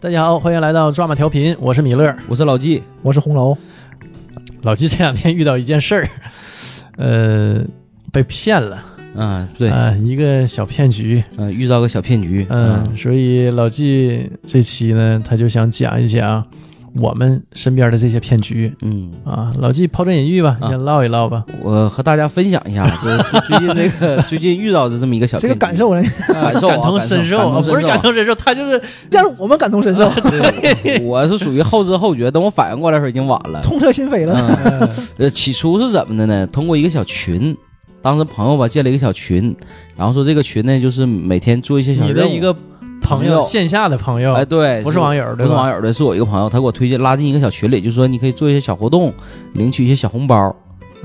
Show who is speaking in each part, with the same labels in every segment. Speaker 1: 大家好，欢迎来到抓马调频，我是米勒。
Speaker 2: 我是老纪，
Speaker 3: 我是红楼，
Speaker 1: 老纪这两天遇到一件事儿，呃，被骗了，
Speaker 2: 嗯，对，嗯、
Speaker 1: 啊一个小骗局，
Speaker 2: 遇到个小骗局，啊
Speaker 1: 嗯，所以老纪这期呢，他就想讲一讲我们身边的这些骗局
Speaker 2: 嗯，
Speaker 1: 啊。老纪抛砖引玉吧，你
Speaker 2: 啊
Speaker 1: 先唠一唠吧。
Speaker 2: 嗯我和大家分享 一下，就是最近这个最近遇到的这么一个小骗
Speaker 3: 这个
Speaker 2: 局
Speaker 3: 感受呢，
Speaker 2: 感受啊
Speaker 1: 感同身受
Speaker 2: 感
Speaker 1: 啊，
Speaker 2: 同
Speaker 1: 不是感
Speaker 2: 身受
Speaker 1: 同身受，他就是
Speaker 3: 让我们感同身 受，
Speaker 2: 对我是属于后知后觉，等我反应过来的时候已经晚了。
Speaker 3: 痛彻心扉了。哎
Speaker 2: 嗯，呃，起初是怎么的呢？通过一个小群，当时朋友吧建了一个小群，然后说这个群呢就是每天做一些小
Speaker 1: 你的
Speaker 2: 任务。
Speaker 1: 一个朋
Speaker 2: 朋友
Speaker 1: 线下的朋友
Speaker 2: 哎，，对，
Speaker 1: 不是网友，
Speaker 2: 不
Speaker 1: 对
Speaker 2: 是
Speaker 1: 吧？
Speaker 2: 网友的，是我一个朋友，他给我推荐拉进一个小群里，就说你可以做一些小活动，领取一些小红包。
Speaker 1: 嗯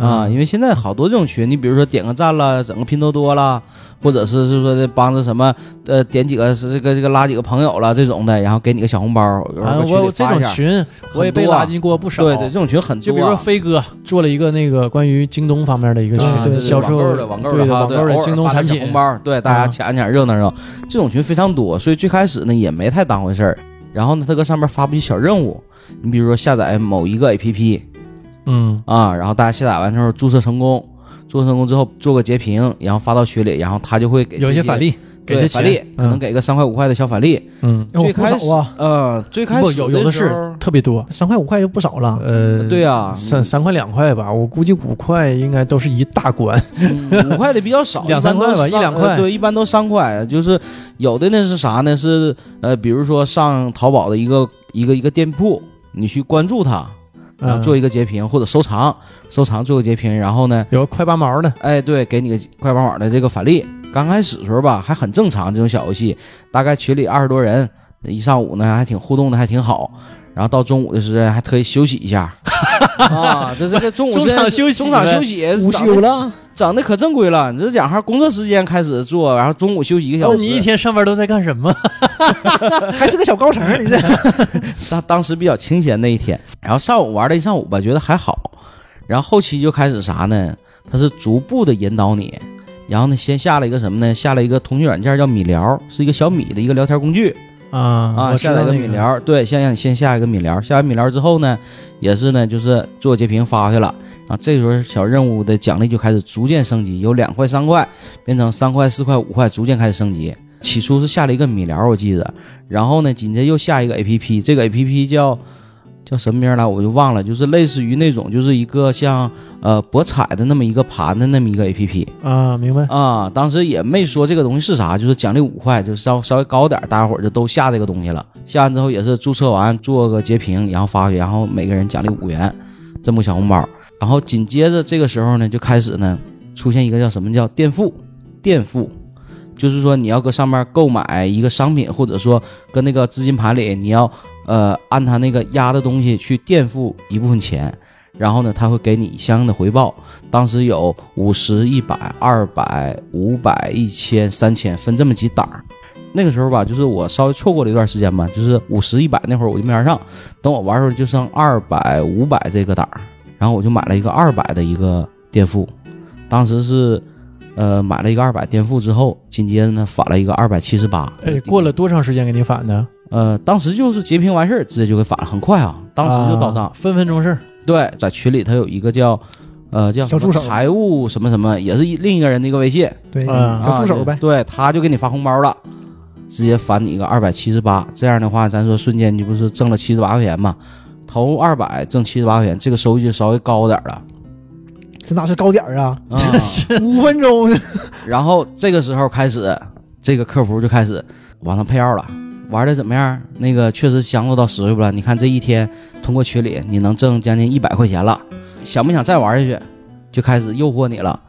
Speaker 2: 啊，因为现在好多这种群，你比如说点个赞啦，整个拼多多啦，或者是是说的帮着什么，呃，点几个是这个这个拉几个朋友啦这种的，然后给你个小红包，有时
Speaker 1: 啊，
Speaker 2: 候
Speaker 1: 我我
Speaker 2: 去
Speaker 1: 这
Speaker 2: 发一
Speaker 1: 种
Speaker 2: 下
Speaker 1: 群我也被
Speaker 2: 很多啊
Speaker 1: 拉进过不少。
Speaker 2: 对对，这种群很多啊，
Speaker 1: 就比如说飞哥做了一个那个关于京东方面的一个区
Speaker 2: 啊对对对
Speaker 1: 销售
Speaker 2: 网购的网购
Speaker 1: 对
Speaker 2: 的
Speaker 1: 的
Speaker 2: 哈，
Speaker 1: 网
Speaker 2: 对
Speaker 1: 购的
Speaker 2: 偶尔
Speaker 1: 京东
Speaker 2: 发
Speaker 1: 产
Speaker 2: 点
Speaker 1: 品
Speaker 2: 小红，包，对大
Speaker 1: 啊
Speaker 2: 家抢一抢热闹热闹，这种群非常多，所以最开始呢也没太当回事儿。然后呢，他搁上面发布一些小任务，你比如说下载某一个 APP
Speaker 1: 嗯
Speaker 2: 啊，然后大家下载完之后注册成功，注册成功之后做个截屏，然后发到群里，然后他就会给
Speaker 1: 有一些
Speaker 2: 这
Speaker 1: 返利，给些
Speaker 2: 对返
Speaker 1: 钱，嗯
Speaker 2: 利，可能
Speaker 1: 给
Speaker 2: 给个三块五块的小返利。
Speaker 1: 嗯，
Speaker 2: 最开
Speaker 3: 哦不
Speaker 2: 始
Speaker 3: 少啊，
Speaker 2: 呃，最开
Speaker 1: 不
Speaker 2: 始
Speaker 1: 有有
Speaker 2: 的
Speaker 1: 的
Speaker 2: 时
Speaker 1: 是
Speaker 2: 候，
Speaker 1: 特别多，
Speaker 3: 三块五块就不少了。
Speaker 1: 呃，
Speaker 2: 对啊
Speaker 1: 三三块两块吧，我估计五块应该都是一大关，
Speaker 2: 嗯五块的比较少，
Speaker 1: 两
Speaker 2: 一般
Speaker 1: 三块
Speaker 2: 都
Speaker 1: 吧
Speaker 2: 是
Speaker 1: 一两块
Speaker 2: 呃对，一般都三块。就是有的呢是啥呢？是呃，比如说上淘宝的一个一个一个店铺，你去关注它，然后
Speaker 1: 嗯
Speaker 2: 啊做一个截屏或者收藏，收藏做个截屏，然后呢，
Speaker 1: 有个快八毛的，
Speaker 2: 哎，对，给你个快帮网的这个返利。刚开始的时候吧，还很正常，这种小游戏，大概群里二十多人，一上午呢还挺互动的，还挺好。然后到中午的时候还特意休息一下，啊，这这个 中午
Speaker 1: 中
Speaker 2: 时间
Speaker 1: 场
Speaker 2: 是
Speaker 1: 休息
Speaker 2: 中场
Speaker 1: 呗
Speaker 2: 休息，
Speaker 3: 午
Speaker 2: 整
Speaker 3: 休了，
Speaker 2: 整嗯的可正规了。你这讲哈，工作时间开始做，然后中午休息一个小
Speaker 1: 那
Speaker 2: 时。
Speaker 1: 你一天上班都在干什么？
Speaker 3: 还是个小高层，你这
Speaker 2: 嗯当当时比较清闲那一天，然后上午玩了一上午吧，觉得还好。然后后期就开始啥呢？他是逐步的引导你，然后呢，先下了一个什么呢？下了一个通讯软件叫米聊，是一个小米的一个聊天工具
Speaker 1: 啊
Speaker 2: 啊。
Speaker 1: 啊
Speaker 2: 下载一
Speaker 1: 个
Speaker 2: 个米，聊，对，先让你先下一个米聊。下完米聊之后呢，也是呢，就是做截屏发去了。然后这时候小任务的奖励就开始逐渐升级，由两块、三块变成三块、四块、五块，逐渐开始升级。起初是下了一个米聊，我记得，然后呢，紧接着又下一个 A P P，这个 A P P 叫叫什么名儿来我就忘了，就是类似于那种就是一个像呃博彩的那么一个盘的那么一个 A P P
Speaker 1: 啊，明白，
Speaker 2: 啊，当时也没说这个东西是啥，就是奖励五块，就是稍稍微高点儿，大家伙儿就都下这个东西了。下完之后也是注册完做个截屏，然后发去，然后每个人奖励五元这么个小红包。然后紧接着这个时候呢，就开始呢出现一个叫什么叫垫付，垫付。就是说，你要搁上面购买一个商品，或者说跟那个资金盘里，你要呃按他那个压的东西去垫付一部分钱，然后呢，他会给你相应的回报。当时有五十、一百、二百、五百、一千、三千，分这么几档儿。那个时候吧，就是我稍微错过了一段时间吧，就是五十、一百那会儿我就没玩上，等我玩的时候就剩二百、五百这个档儿，然后我就买了一个二百的一个垫付，当时是。呃，买了一个二百垫付之后，紧接着呢返了一个二百七十八。
Speaker 1: 哎，过了多长时间给你返的？
Speaker 2: 呃，当时就是截屏完事儿，直接就给返了，很快啊，当时就到账。
Speaker 1: 啊分分钟事儿，
Speaker 2: 对，在群里他有一个叫，呃，叫什
Speaker 3: 小
Speaker 2: 么
Speaker 3: 助手
Speaker 2: 财务什么什么，也是一另一个人的一个微信，
Speaker 3: 对
Speaker 1: 啊
Speaker 3: 小助手
Speaker 2: 啊
Speaker 3: 呗。
Speaker 2: 对，他就给你发红包了，直接返你一个二百七十八，这样的话，咱说瞬间你不是挣了七十八块钱嘛？投二百挣七十八块钱，这个收益就稍微高点儿了。
Speaker 3: 这哪是高点儿啊？
Speaker 2: 啊、
Speaker 3: 五 分钟，
Speaker 2: 然后这个时候开始，这个客服就开始往上配药了。玩的怎么样？那个确实享受到实惠了。你看这一天通过群里，你能挣将近一百块钱了，想不想再玩下去？就开始诱惑你了。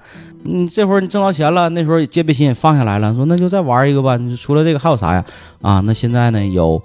Speaker 2: 嗯，这会儿你挣到钱了，那时候也戒备心也放下来了，说那就再玩一个吧。你除了这个还有啥呀？啊，那现在呢有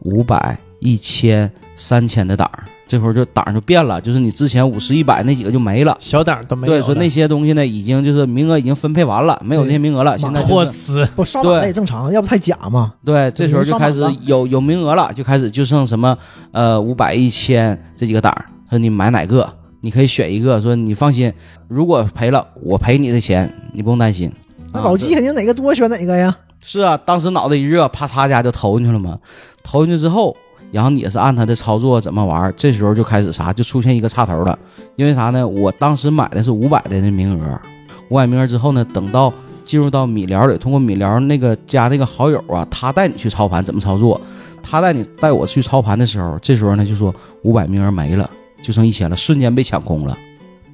Speaker 2: 五百、一千、三千的档儿，这会儿就档儿就变了，就是你之前五十、一百那几个就没了。
Speaker 1: 小档都没有
Speaker 2: 对，
Speaker 1: 了。
Speaker 2: 说那些东西呢，已经就是名额已经分配完了，没有这些名额了。现在
Speaker 1: 托
Speaker 2: 就是
Speaker 1: 词，
Speaker 3: 不刷满
Speaker 2: 对
Speaker 3: 了也正常，要不太假嘛。
Speaker 2: 对，这时候就开始
Speaker 3: 上榜了
Speaker 2: 有有名额了，就开始就剩什么呃五百、一千这几个档儿，说你买哪个，你可以选一个。说你放心，如果赔了，我赔你的钱，你不用担心。
Speaker 3: 那
Speaker 2: 啊
Speaker 3: 老纪肯定哪个多选哪个呀？
Speaker 2: 是啊，当时脑袋一热，啪嚓一下就投进去了嘛。投进去之后，然后你也是按他的操作怎么玩儿，这时候就开始啥，就出现一个差头了。因为啥呢？我当时买的是五百的那名额，五百名额之后呢，等到进入到米聊里，通过米聊那个加那个好友啊，他带你去操盘怎么操作，他带你带我去操盘的时候，这时候呢就说五百名额没了，就剩一千了，瞬间被抢空了。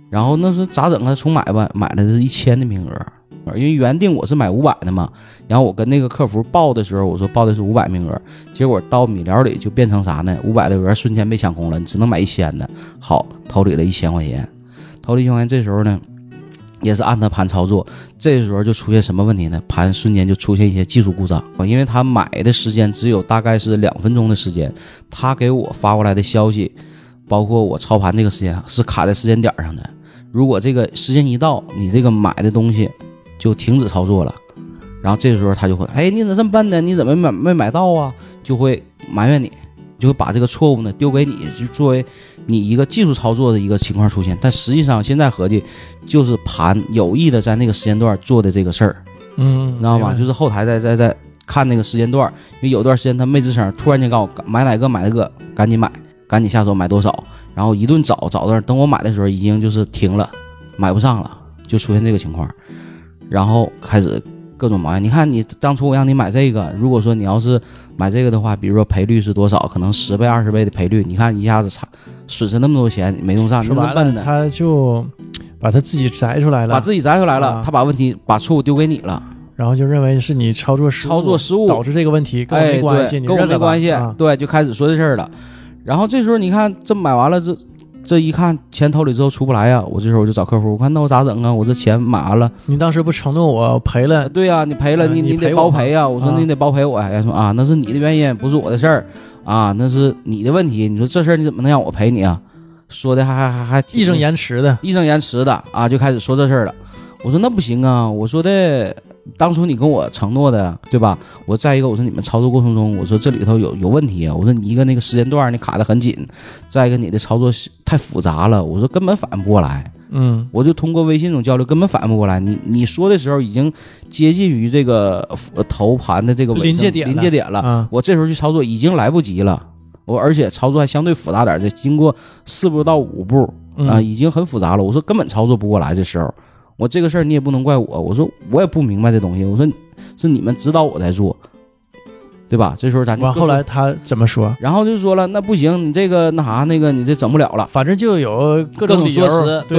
Speaker 2: 然后那是咋整啊？重买吧，买的是一千的名额，因为原定我是买五百的嘛。然后我跟那个客服报的时候，我说报的是五百名额，结果到米聊里就变成啥呢？五百的额瞬间被抢空了，你只能买一千的。好，投里了一千块钱，投了一千块钱，这时候呢，也是按他盘操作，这时候就出现什么问题呢？盘瞬间就出现一些技术故障，因为他买的时间只有大概是两分钟的时间，他给我发过来的消息，包括我操盘这个时间是卡在时间点儿上的。如果这个时间一到，你这个买的东西就停止操作了。然后这时候他就会，哎，你怎么这么笨呢？你怎么没买没买到啊？就会埋怨你，就会把这个错误呢丢给你，就作为你一个技术操作的一个情况出现。但实际上现在合计，就是盘有意的在那个时间段做的这个事儿，
Speaker 1: 嗯，
Speaker 2: 你知道吗？就是是后台在在在看那个时间段，因为有段时间他没吱声，突然间告诉我买哪个买哪个，赶紧买，赶紧下手买多少，然后一顿找找到，等我买的时候已经就是停了，买不上了，就出现这个情况，然后开始各种埋怨。你看你当初我让你买这个，如果说你要是买这个的话，比如说赔率是多少，可能十倍二十倍的赔率，你看一下子差损失那么多钱，没弄上，你
Speaker 1: 说
Speaker 2: 怎么
Speaker 1: 白
Speaker 2: 办
Speaker 1: 了，
Speaker 2: 呢？
Speaker 1: 他就把他自己摘出来
Speaker 2: 把
Speaker 1: 了，
Speaker 2: 自己摘出来了
Speaker 1: 啊，
Speaker 2: 他把问题把错误丢给你了。
Speaker 1: 然后就认为是你操作失误
Speaker 2: 操作失误
Speaker 1: 导致这个问题，跟我
Speaker 2: 哎，
Speaker 1: 没关系，
Speaker 2: 对
Speaker 1: 你
Speaker 2: 跟我
Speaker 1: 认
Speaker 2: 没
Speaker 1: 了吧
Speaker 2: 关系，
Speaker 1: 啊
Speaker 2: 对，就开始说这事儿了。然后这时候你看，这买完了，这这一看钱兜里之后出不来呀、啊我这时候我就找客服，我看那我咋整啊？我这钱买完了，
Speaker 1: 你当时不承诺我赔
Speaker 2: 呃
Speaker 1: 了，
Speaker 2: 对呀、你赔了，
Speaker 1: 嗯
Speaker 2: 你
Speaker 1: 你
Speaker 2: 得
Speaker 1: 赔
Speaker 2: 包
Speaker 1: 我吧
Speaker 2: 赔呀、我说
Speaker 1: 啊
Speaker 2: 你得包赔我呀、人家说啊，那是你的原因，不是我的事儿啊，那是你的问题。你说这事儿你怎么能让我赔你啊？说的还还还还挺
Speaker 1: 义正言辞的，
Speaker 2: 义正言辞的啊，就开始说这事儿了。我说那不行啊，我说的，当初你跟我承诺的，对吧？我再一个，我说你们操作过程中，我说这里头有有问题啊，我说你一个那个时间段你卡得很紧，再一个你的操作是太复杂了，我说根本反应不过来，
Speaker 1: 嗯，
Speaker 2: 我就通过微信这种交流根本反应不过来。你你说的时候已经接近于这个呃头盘的这个尾声
Speaker 1: 临界点了
Speaker 2: 临界点了，
Speaker 1: 啊，
Speaker 2: 我这时候去操作已经来不及了，我而且操作还相对复杂点儿，这经过四步到五步，
Speaker 1: 嗯
Speaker 2: 啊，已经很复杂了。我说根本操作不过来，这时候我这个事儿你也不能怪我，我说我也不明白这东西，我说是你们指导我在做，对吧？这时候咱就
Speaker 1: 完
Speaker 2: 各
Speaker 1: 后来
Speaker 2: 说，
Speaker 1: 他怎么说？
Speaker 2: 然后就说了，那不行，你这个那啥那个你这整不了了，
Speaker 1: 反正就有各
Speaker 2: 各种
Speaker 1: 理由
Speaker 2: 说辞，
Speaker 1: 对，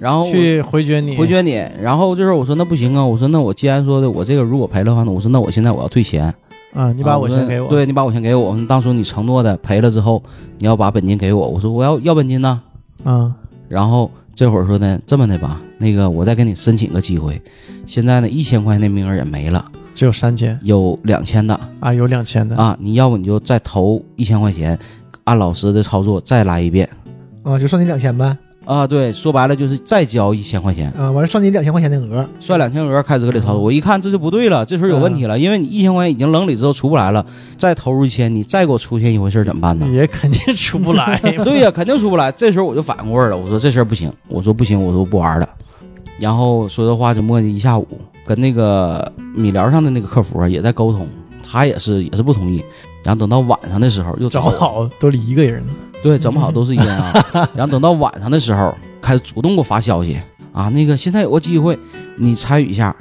Speaker 2: 然后我
Speaker 1: 去回绝你，
Speaker 2: 回绝你。然后就是我说那不行啊，我说那我既然说的我这个如果赔了的话，那我说那我现在我要退钱，
Speaker 1: 啊，你把
Speaker 2: 啊
Speaker 1: 我
Speaker 2: 说
Speaker 1: 钱给我，
Speaker 2: 对你把我钱给我，当初你承诺的赔了之后你要把本金给我，我说我要要本金呢、
Speaker 1: 啊，
Speaker 2: 然后这会儿说呢，这么的吧，那个我再给你申请个机会。现在呢，一千块钱的名额也没了，
Speaker 1: 只有三千
Speaker 2: 有两千的
Speaker 1: 啊，有两千的，
Speaker 2: 啊，你要不你就再投一千块钱，按老师的操作再来一遍
Speaker 3: 啊，就算你两千呗，
Speaker 2: 啊。对，说白了就是再交一千块钱，
Speaker 3: 啊，完了算你两千块钱的额，
Speaker 2: 算两千额开始搁里操作。我一看这就不对了，这时候有问题了，因为你一千块钱已经扔里之后出不来了，再投入一千，你再给我出现一回事儿怎么办呢？，
Speaker 1: 也肯定出不来
Speaker 2: 对呀、肯定出不来。这时候我就反应过味儿了，我说这事儿不行，我说不行，我说不玩了。然后说这话就磨叽一下午，跟那个米聊上的那个客服啊也在沟通，他也是也是不同意。然后等到晚上的时候又
Speaker 1: 找
Speaker 2: 我
Speaker 1: 不好都是一个人，
Speaker 2: 对，整不好都是烟啊。然后等到晚上的时候，开始主动给我发消息啊，那个现在有个机会，你参与一下，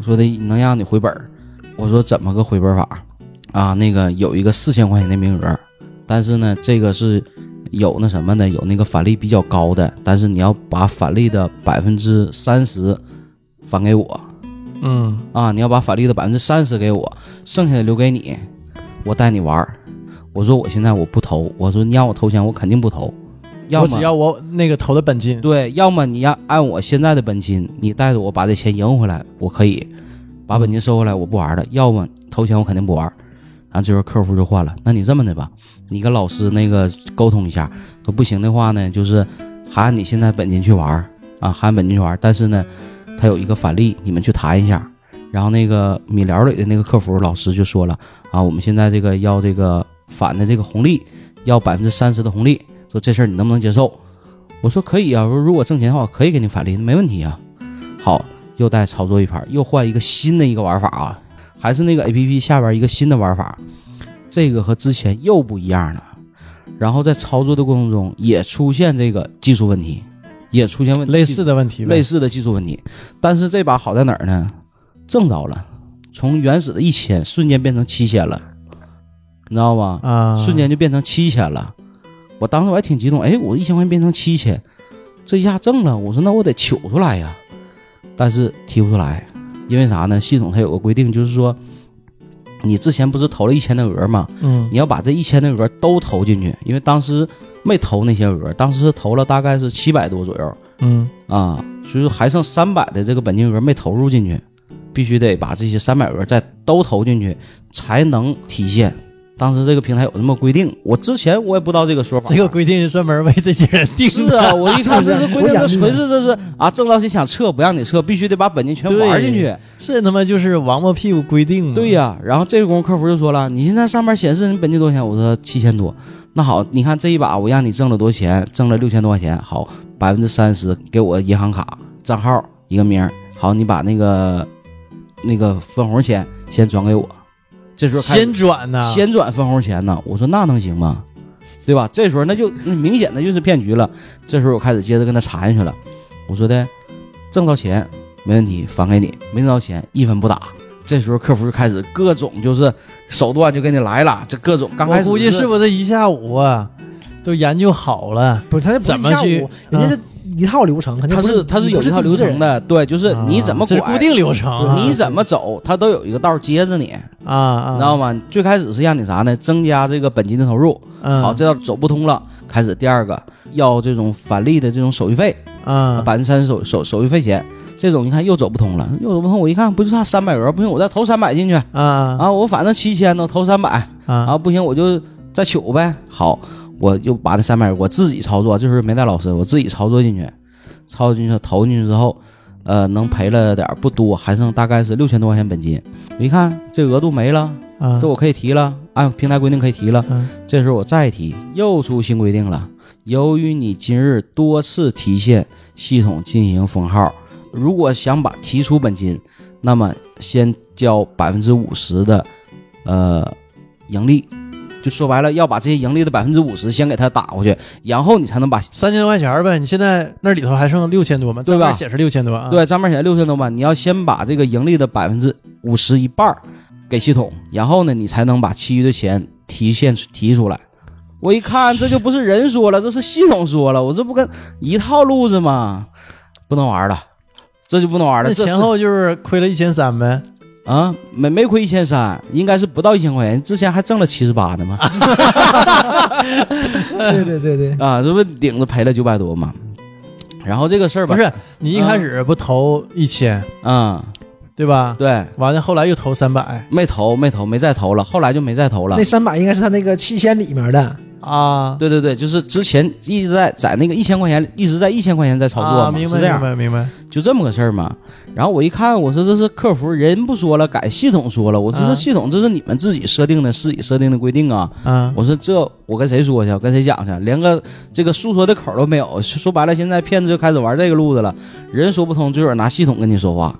Speaker 2: 说的能让你回本儿。我说怎么个回本儿法啊？那个有一个四千块钱的名额，但是呢，这个是有那什么的，有那个返利比较高的，但是你要把返利的百分之三十返给我
Speaker 1: 嗯，
Speaker 2: 啊，你要把返利的百分之三十给我，剩下的留给你，我带你玩儿。我说我现在我不投，我说你让我投钱，我肯定不投。要
Speaker 1: 我
Speaker 2: 么
Speaker 1: 只要我那个投的本金，
Speaker 2: 对，要么你要按我现在的本金，你带着我把这钱赢回来，我可以把本金收回来，我不玩了。要么投钱我肯定不玩。然后这时候客服就换了，那你这么的吧，你跟老师那个沟通一下，说不行的话呢，就是还按你现在本金去玩儿啊，还按本金去玩儿，但是呢，他有一个返利，你们去谈一下。然后那个米聊里的那个客服老师就说了啊，我们现在这个要这个返的这个红利，要百分之三十的红利，说这事儿你能不能接受？我说可以啊，我说如果挣钱的话，我可以给你返利，没问题啊。好，又带操作一盘，又换一个新的一个玩法啊，还是那个 A P P 下边一个新的玩法，这个和之前又不一样了。然后在操作的过程中也出现这个技术问题，也出现问
Speaker 1: 类似的问题呗，
Speaker 2: 类似的技术问题。但是这把好在哪儿呢？挣着了，从原始的一千瞬间变成七千了，你知道吧？
Speaker 1: 啊，
Speaker 2: 瞬间就变成七千了。我当时我还挺激动，哎，我一千块钱变成七千，这一下挣了。我说那我得取出来呀，但是提不出来，因为啥呢？系统它有个规定，就是说你之前不是投了一千的额吗？
Speaker 1: 嗯
Speaker 2: 你要把这一千的额都投进去，因为当时没投那些额，当时投了大概是七百多左右
Speaker 1: 嗯
Speaker 2: 啊，所以说还剩三百的这个本金额没投入进去，必须得把这些三百额再都投进去才能提现。当时这个平台有这么规定，我之前我也不知道这个说法。
Speaker 1: 这个规定是专门为这些人定
Speaker 2: 是
Speaker 1: 的，
Speaker 2: 啊，我一看这个规定，这
Speaker 3: 我想
Speaker 2: 纯是这是啊，挣到钱想撤不让你撤，必须得把本金全玩进去。
Speaker 1: 这他妈就是王八屁股规定啊嘛
Speaker 2: 对、呀、然后这个功夫客服就说了，你现在上面显示你本金多少钱？我说七千多。那好，你看这一把我让你挣了多少钱？挣了六千多块钱。好，百分之三十给我银行卡账号一个名儿。好，你把那个那个分红钱先转给我。这时候开始
Speaker 1: 先转呐、
Speaker 2: 先转分红钱呢？我说那能行吗？对吧？这时候那就那明显的就是骗局了。这时候我开始接着跟他缠下去了。我说的，挣到钱没问题，返给你；没挣到钱一分不打。这时候客服就开始各种就是手段就给你来了，这各种刚开
Speaker 1: 我
Speaker 2: 始
Speaker 1: 估计
Speaker 2: 就是
Speaker 1: 不是一下午啊，都研究好了，
Speaker 3: 不是，他这不
Speaker 1: 怎
Speaker 3: 是
Speaker 1: 么
Speaker 3: 一下
Speaker 1: 去
Speaker 3: 午，人家这一套流程，肯
Speaker 2: 嗯
Speaker 3: 定
Speaker 2: 他
Speaker 3: 不
Speaker 2: 是他
Speaker 3: 你
Speaker 2: 是
Speaker 3: 不
Speaker 2: 有一套
Speaker 3: 第
Speaker 2: 流
Speaker 3: 个
Speaker 2: 程
Speaker 3: 人，
Speaker 2: 的，对，就是你怎么
Speaker 1: 啊这
Speaker 2: 拐，
Speaker 1: 是固定流程啊、
Speaker 2: 你怎么走，他都有一个道接着你，
Speaker 1: 啊啊，
Speaker 2: 你知道吗？最开始是让你啥呢？增加这个本金的投入，
Speaker 1: 嗯？
Speaker 2: 好，这道走不通了，开始第二个要这种返利的这种手续费，
Speaker 1: 啊，
Speaker 2: 百分之三十手手手续费钱，这种你看又走不通了，又走不通。我一看不就差三百额，不行我再投三百进去
Speaker 1: 啊
Speaker 2: 啊，我反正七千呢，投三百
Speaker 1: 啊
Speaker 2: 啊，不行我就再取呗。好，我又把这三百我自己操作，这时候没带老师，我自己操作进去，操作进去投进去之后，呃，能赔了点儿不多，还剩大概是六千多块钱本金。我一看这额度没了，
Speaker 1: 啊！
Speaker 2: 这我可以提了，按平台规定可以提了。
Speaker 1: 嗯
Speaker 2: 这时候我再提，又出新规定了。由于你今日多次提现，系统进行封号。如果想把提出本金，那么先交百分之五十的呃盈利，就说白了要把这些盈利的百分之五十先给它打回去，然后你才能把
Speaker 1: 三千多块钱呗，你现在那里头还剩六千多吗？
Speaker 2: 对吧
Speaker 1: 账面显示六千多啊。
Speaker 2: 对，账面写六千多万，你要先把这个盈利的百分之五十一半儿给系统，然后呢，你才能把其余的钱提现提出来。我一看，这就不是人说了，这是系统说了，我这不跟一套路子吗？不能玩儿了，这就不能玩儿了。
Speaker 1: 那
Speaker 2: 这
Speaker 1: 前后就是亏了一千三呗，
Speaker 2: 这啊，没没亏一千三，应该是不到一千块钱，之前还挣了七十八呢嘛。
Speaker 1: 啊
Speaker 3: 对对 对对，
Speaker 2: 啊，这不顶着赔了九百多嘛。然后这个事儿吧，
Speaker 1: 不是你一开始不投一千、
Speaker 2: 嗯，
Speaker 1: 对吧？
Speaker 2: 对，
Speaker 1: 完了后来又投三百
Speaker 2: 没投，没投，没再投了，后来就没再投了
Speaker 3: 那。三百应该是他那个七千里面的，
Speaker 1: 啊，
Speaker 2: 对对对，就是之前一直在在那个一千块钱，一直在一千块钱在操作
Speaker 1: 啊，
Speaker 2: 嘛，
Speaker 1: 明白
Speaker 2: 是这
Speaker 1: 明
Speaker 2: 样，
Speaker 1: 白明白，
Speaker 2: 就这么个事儿嘛。然后我一看，我说这是客服人不说了，改系统说了，我说这
Speaker 1: 啊
Speaker 2: 系统这是你们自己设定的，自己设定的规定啊。
Speaker 1: 啊
Speaker 2: 我说这我跟谁说去？我跟谁讲去？连个这个诉说的口儿都没有。说白了，现在骗子就开始玩这个路子了，人说不通，就有人拿系统跟你说话。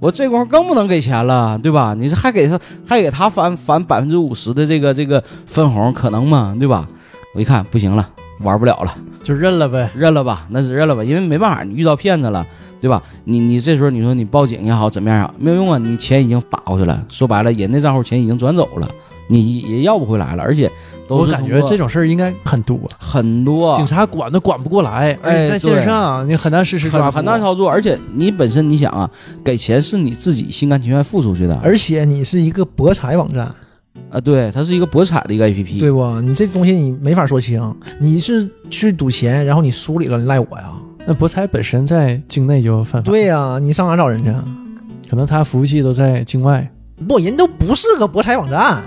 Speaker 2: 我这功夫更不能给钱了，对吧？你是还给他还给他返返百分之五十的这个这个分红，可能吗？对吧？我一看不行了，玩不了了。
Speaker 1: 就认了呗。
Speaker 2: 认了吧，那是认了吧，因为没办法，你遇到骗子了，对吧？你你这时候你说你报警也好，怎么样也好，没有用啊，你钱已经打过去了，说白了，人那账户钱已经转走了，你也要不回来了，而且都
Speaker 1: 我
Speaker 2: 是
Speaker 1: 感觉
Speaker 2: 通过哦
Speaker 1: 这种事儿应该很多，
Speaker 2: 很多
Speaker 1: 警察管都管不过来，而且在线上你很难实施抓捕，
Speaker 2: 哎很很难操作，而且你本身你想啊，给钱是你自己心甘情愿付出去的，
Speaker 3: 而且你是一个博彩网站，
Speaker 2: 啊，对，它是一个博彩的一个 A P P，
Speaker 3: 对不？你这东西你没法说清，你是去赌钱，然后你输里了，你赖我呀？
Speaker 1: 那博彩本身在境内就犯法，
Speaker 3: 对呀、你上哪找人去？啊
Speaker 1: 可能他服务器都在境外。
Speaker 3: 不，人都不是个博彩网站，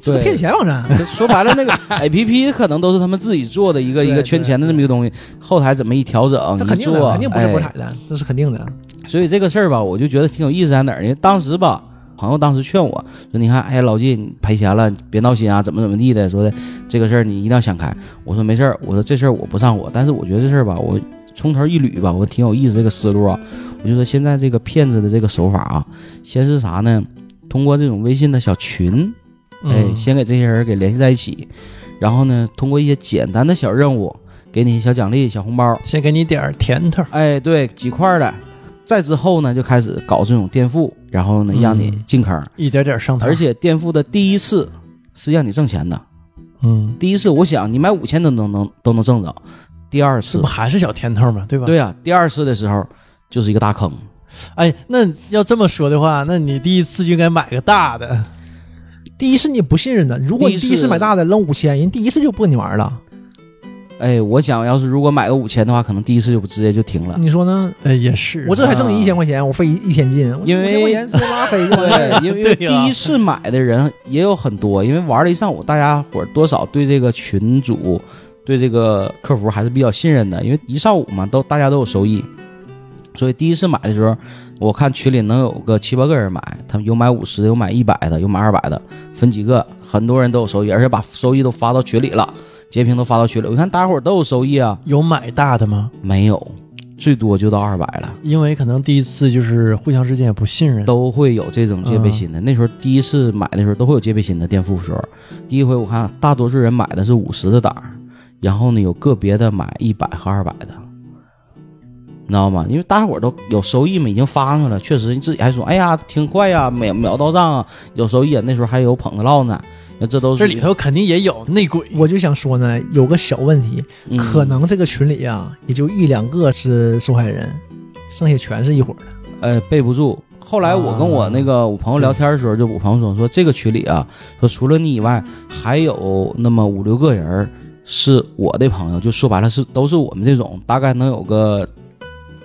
Speaker 3: 是个
Speaker 2: 对嗯
Speaker 3: 骗钱网站。
Speaker 2: 说白了，那个 A P P 可能都是他们自己做的一个一个
Speaker 1: 对
Speaker 2: 圈钱的这么一个东西，后台怎么一调整，
Speaker 3: 那
Speaker 2: 一
Speaker 3: 肯定的，
Speaker 2: 做
Speaker 3: 肯定不是博
Speaker 2: 哎
Speaker 3: 彩的，这是肯定的。
Speaker 2: 所以这个事儿吧，我就觉得挺有意思在哪儿呢？当时吧，朋友当时劝我说：“你看，哎，老季，你赔钱了，你别闹心啊，怎么怎么地的。”说的这个事儿你一定要想开。我说没事儿，我说这事儿我不上火，但是我觉得这事儿吧，我从头一捋吧，我挺有意思这个思路啊。我就说现在这个骗子的这个手法啊，先是啥呢？通过这种微信的小群，哎，
Speaker 1: 嗯
Speaker 2: 先给这些人给联系在一起，然后呢，通过一些简单的小任务，给你小奖励、小红包，
Speaker 1: 先给你点儿甜头，
Speaker 2: 哎，对，几块儿的。再之后呢，就开始搞这种垫付，然后呢，
Speaker 1: 嗯
Speaker 2: 让你进坑，
Speaker 1: 一点点上头，
Speaker 2: 而且垫付的第一次是让你挣钱的。
Speaker 1: 嗯，
Speaker 2: 第一次，我想你买五千都能能都能挣着，第二
Speaker 1: 这
Speaker 2: 次
Speaker 1: 不，还是小甜头吗？对吧？
Speaker 2: 对呀、啊第二次的时候就是一个大坑，
Speaker 1: 哎，那要这么说的话，那你第一次就应该买个大的，
Speaker 3: 第一是你也不信任的，如果你
Speaker 2: 第
Speaker 3: 第
Speaker 2: 一
Speaker 3: 一
Speaker 2: 是
Speaker 3: 次买大的扔五千，人第一次就不跟你玩了，
Speaker 2: 哎，我想要是如果买个五千的话，可能第一次就不直接就停了。
Speaker 3: 你说呢？
Speaker 1: 哎，也
Speaker 2: 啊
Speaker 1: 是，
Speaker 3: 我这还挣你一千块钱，我费一一天劲，我
Speaker 2: 因为
Speaker 3: 五千块钱直接拉黑就完事儿 了。
Speaker 2: 对，因为因为
Speaker 1: 对呀
Speaker 2: 第一次买的人也有很多，因为玩了一上午，大家伙儿多少对这个群主、对这个客服还是比较信任的，因为一上午嘛，都大家都有收益，所以第一次买的时候，我看群里能有个七八个人买，他们有买五十的，有买一百的，有买二百的，分几个，很多人都有收益，而且把收益都发到群里了，截屏都发到群里，我看大家伙儿都有收益啊，
Speaker 1: 有买大的吗？
Speaker 2: 没有，最多就到二百了。
Speaker 1: 因为可能第一次就是互相之间也不信任，
Speaker 2: 都会有这种戒
Speaker 1: 嗯
Speaker 2: 备心的。那时候第一次买的时候都会有戒备心的垫付时候，第一回我看大多数人买的是五十的档儿，然后呢有个别的买一百和二百的，你知道吗？因为大家伙都有收益嘛，已经发上去了，确实你自己还说哎呀挺快呀，秒秒到账啊，有收益啊。那时候还有捧个唠呢，那这都是
Speaker 1: 这里头肯定也有内鬼，
Speaker 3: 我就想说呢，有个小问题，
Speaker 2: 嗯
Speaker 3: 可能这个群里啊，也就一两个是受害人，剩下全是一伙儿的。
Speaker 2: 呃备不住。后来我跟我那个我朋友聊天的时候，就我朋友说说这个群里啊，说除了你以外，还有那么五六个人儿是我的朋友，就说白了是都是我们这种，大概能有个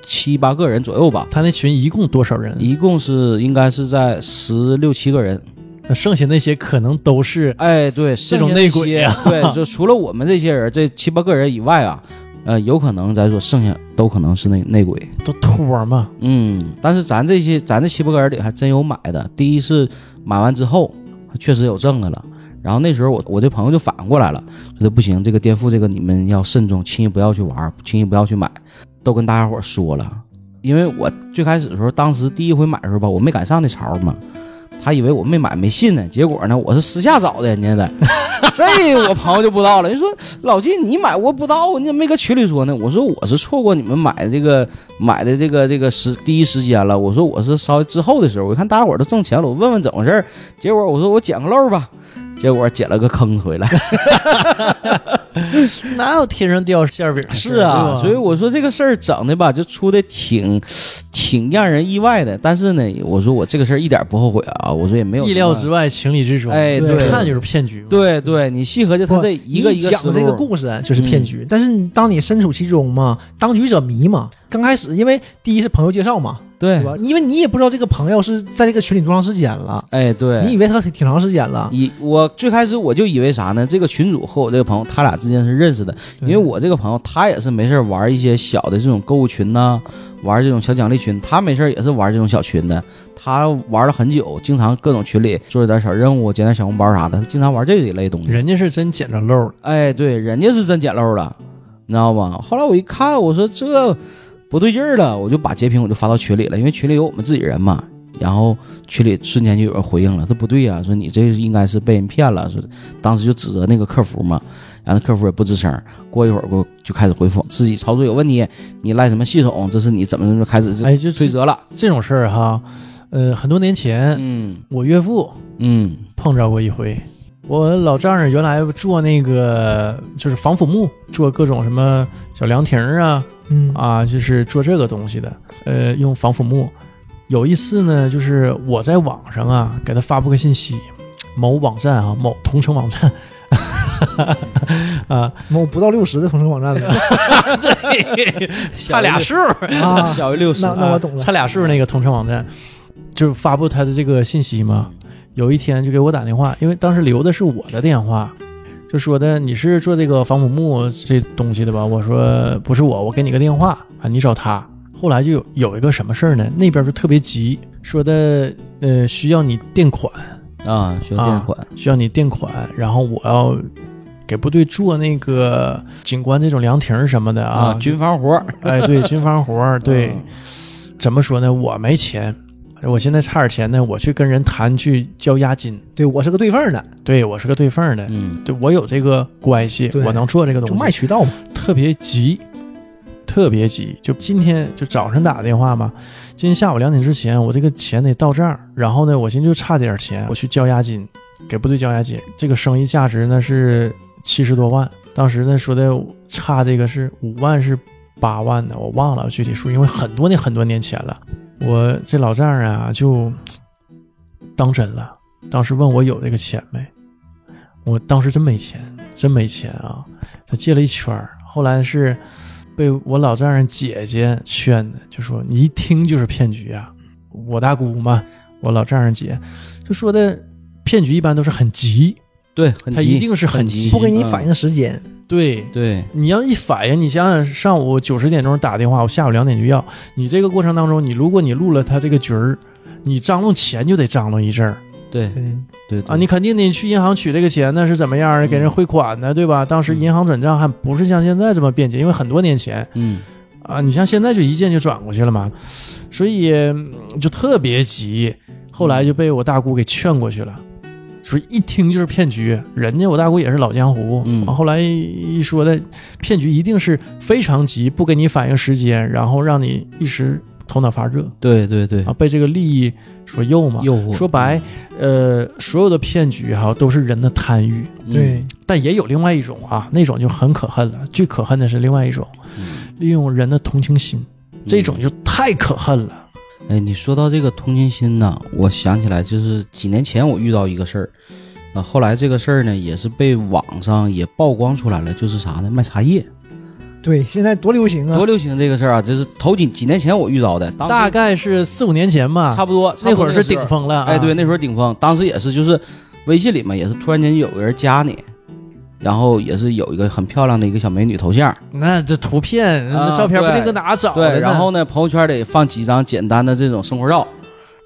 Speaker 2: 七八个人左右吧。
Speaker 1: 他那群一共多少人？
Speaker 2: 一共是应该是在十六七个人，
Speaker 1: 那剩下那些可能都是
Speaker 2: 哎，对，
Speaker 1: 这种
Speaker 2: 剩下那
Speaker 1: 内鬼
Speaker 2: 些
Speaker 1: 啊
Speaker 2: 对，就除了我们这些人，这七八个人以外啊，呃，有可能咱说剩下都可能是内内鬼，
Speaker 1: 都托嘛，
Speaker 2: 嗯，但是咱这些咱这七八个人里还真有买的。第一是买完之后确实有挣的了，然后那时候我我这朋友就反应过来了，说不行，这个颠覆这个你们要慎重，轻易不要去玩，轻易不要去买，都跟大家伙说了。因为我最开始的时候，当时第一回买的时候吧，我没赶上那潮嘛，他以为我没买没信呢，结果呢，我是私下找的人家的， 这我朋友就不知道了。人家说老金你买我不知道，你怎么没搁群里说呢？我说我是错过你们买的这个买的这个这个时第一时间了。我说我是稍微之后的时候，我一看大家伙儿都挣钱了，我问问怎么回事儿。结果我说我捡个漏儿吧， 结果捡了个坑回来。
Speaker 1: 哪有天上掉馅饼的事儿？
Speaker 2: 是
Speaker 3: 哎
Speaker 2: 啊，所以
Speaker 1: 我
Speaker 2: 我说这个事儿整的吧，就出的挺挺让人意外的。但是呢，我说我这个事儿一点不后悔啊，我说也没有
Speaker 1: 意料之
Speaker 2: 外。
Speaker 1: 外，情理之中，
Speaker 2: 哎，
Speaker 3: 对
Speaker 2: 对，
Speaker 1: 看就是骗局嘛，
Speaker 2: 对对，你细合计他
Speaker 3: 不
Speaker 2: 这一个
Speaker 3: 你
Speaker 2: 一个
Speaker 3: 讲
Speaker 2: 思
Speaker 3: 这
Speaker 2: 路嗯
Speaker 3: 个故事就是骗局，但是当你身处其中嘛，当局者迷嘛。刚开始因为第一是朋友介绍嘛，
Speaker 2: 对
Speaker 3: 对，吧？因为你也不知道这个朋友是在这个群里多长时间了，
Speaker 2: 哎对，
Speaker 3: 你以为他挺长时间了，
Speaker 2: 以我最开始我就以为啥呢？这个群主和我这个朋友，他俩之间是认识的，因
Speaker 3: 对
Speaker 2: 为我这个朋友他也是没事儿玩一些小的这种购物群呐、玩这种小奖励群，他没事儿也是玩这种小群的，他玩了很久，经常各种群里做一点小任务，捡点小红包啥的，他经常玩这一类东西。
Speaker 1: 人家是真捡着漏了，
Speaker 2: 哎，对，人家是真捡漏了，你知道吗？后来我一看，我说这不对劲儿了，我就把截屏我就发到群里了，因为群里有我们自己人嘛。然后群里瞬间就有人回应了，这不对呀、说你这应该是被人骗了，说当时就指责那个客服嘛，然后那客服也不吱声。过一会儿，我就开始回复自己操作有问题，你赖什么系统？这是你怎么怎么开始就
Speaker 1: 哎，就
Speaker 2: 追
Speaker 1: 这
Speaker 2: 责了？
Speaker 1: 这种事儿哈，呃，很多年前
Speaker 2: 嗯
Speaker 1: 我岳父
Speaker 2: 嗯
Speaker 1: 碰着过一回。我老丈人原来做那个就是防腐木，做各种什么小凉亭儿啊，
Speaker 3: 嗯，
Speaker 1: 啊，就是做这个东西的，呃，用防腐木。有一次呢，就是我在网上啊给他发布个信息，某网站啊，某同城网站，啊，
Speaker 3: 某不到六十的同城网站 了
Speaker 1: 差俩数，
Speaker 3: 啊，
Speaker 2: 小于六十
Speaker 3: 那那我懂了
Speaker 1: 差俩数那个同城网站，就是发布他的这个信息嘛。有一天就给我打电话，因为当时留的是我的电话，就说的你是做这个防腐木这东西的吧？我说不是我，我给你个电话啊，你找他。后来就有有一个什么事儿呢？那边就特别急，说的呃需要你垫款，
Speaker 2: 啊，需要垫款。
Speaker 1: 需要你垫款，然后我要给部队做那个景观这种凉亭儿什么的啊
Speaker 2: 啊啊，军防活儿，
Speaker 1: 哎对，军方活儿对。
Speaker 2: 嗯
Speaker 1: 怎么说呢？我没钱，我现在差点钱呢，我去跟人谈去交押金，
Speaker 3: 对我是个对缝儿的，
Speaker 1: 对我是个对缝儿的，
Speaker 2: 嗯，
Speaker 1: 对我有这个关系，
Speaker 3: 对
Speaker 1: 我能做这个东
Speaker 3: 就
Speaker 1: 西，
Speaker 3: 卖渠道嘛。
Speaker 1: 特别急，特别急。就今天就早晨打电话嘛，今天下午两点之前我这个钱得到账，然后呢，我寻思就差点钱，我去交押金，给部队交押金。这个生意价值呢是七十多万，当时呢说的差这个是五万是八万的，我忘了具体数，因为很多年很多年前了。我这老丈人啊就当真了，当时问我有这个钱没，我当时真没钱，真没钱啊。他借了一圈儿，后来是被我老丈人姐姐劝的，就说你一听就是骗局啊。我大姑嘛，我老丈人姐就说的骗局一般都是很急，
Speaker 2: 对，很
Speaker 1: 他
Speaker 2: 急
Speaker 1: 一定是很急
Speaker 3: 不给你
Speaker 2: 嗯
Speaker 3: 反应时间，
Speaker 1: 对。
Speaker 2: 对，
Speaker 1: 你要一反应，你想想上午九十点钟打电话，我下午两点就要。你这个过程当中，你如果你录了他这个局儿，你张罗钱就得张罗一阵儿
Speaker 2: 对对
Speaker 3: 对，
Speaker 1: 啊。你肯定得去银行取这个钱呢，是怎么样的？给人汇款呢，对吧？当时银行转账还不是像现在这么便捷，因为很多年前，
Speaker 2: 嗯，
Speaker 1: 啊，你像现在就一键就转过去了嘛，所以嗯就特别急。后来就被我大姑给劝过去了，说一听就是骗局。人家我大姑也是老江湖，
Speaker 2: 嗯
Speaker 1: 啊后来一说的骗局一定是非常急，不给你反应时间，然后让你一时头脑发热
Speaker 2: 对对对
Speaker 1: 啊，，被这个利益所诱嘛。
Speaker 2: 诱惑
Speaker 1: 说白，呃，所有的骗局哈、都是人的贪欲，
Speaker 2: 嗯
Speaker 3: 对，
Speaker 1: 但也有另外一种啊，那种就很可恨了。最可恨的是另外一种，
Speaker 2: 嗯
Speaker 1: 利用人的同情心。这种就太可恨了。
Speaker 2: 哎，你说到这个同情心呐，我想起来就是几年前我遇到一个事儿，啊，后来这个事儿呢也是被网上也曝光出来了，就是啥呢，卖茶叶
Speaker 3: 对，现在多流行
Speaker 1: 嗯
Speaker 3: 啊
Speaker 2: 多！流行这个事儿啊，就是头几几年前我遇到的，当时
Speaker 1: 大概是四五年前吧，
Speaker 2: 嗯差不多
Speaker 1: 那会儿是
Speaker 2: 顶
Speaker 1: 顶
Speaker 2: 峰。
Speaker 1: 峰了、啊
Speaker 2: 哎，对，，那时候顶峰，当时也是就是微信里嘛，也是突然间有个人加你，然后也是有一个很漂亮的一个小美女头像，
Speaker 1: 那这图片、
Speaker 2: 啊
Speaker 1: 那照片不定
Speaker 2: 对
Speaker 1: 搁哪找的
Speaker 2: 对，
Speaker 1: 呢
Speaker 2: 然后呢，朋友圈里放几张简单的这种生活照，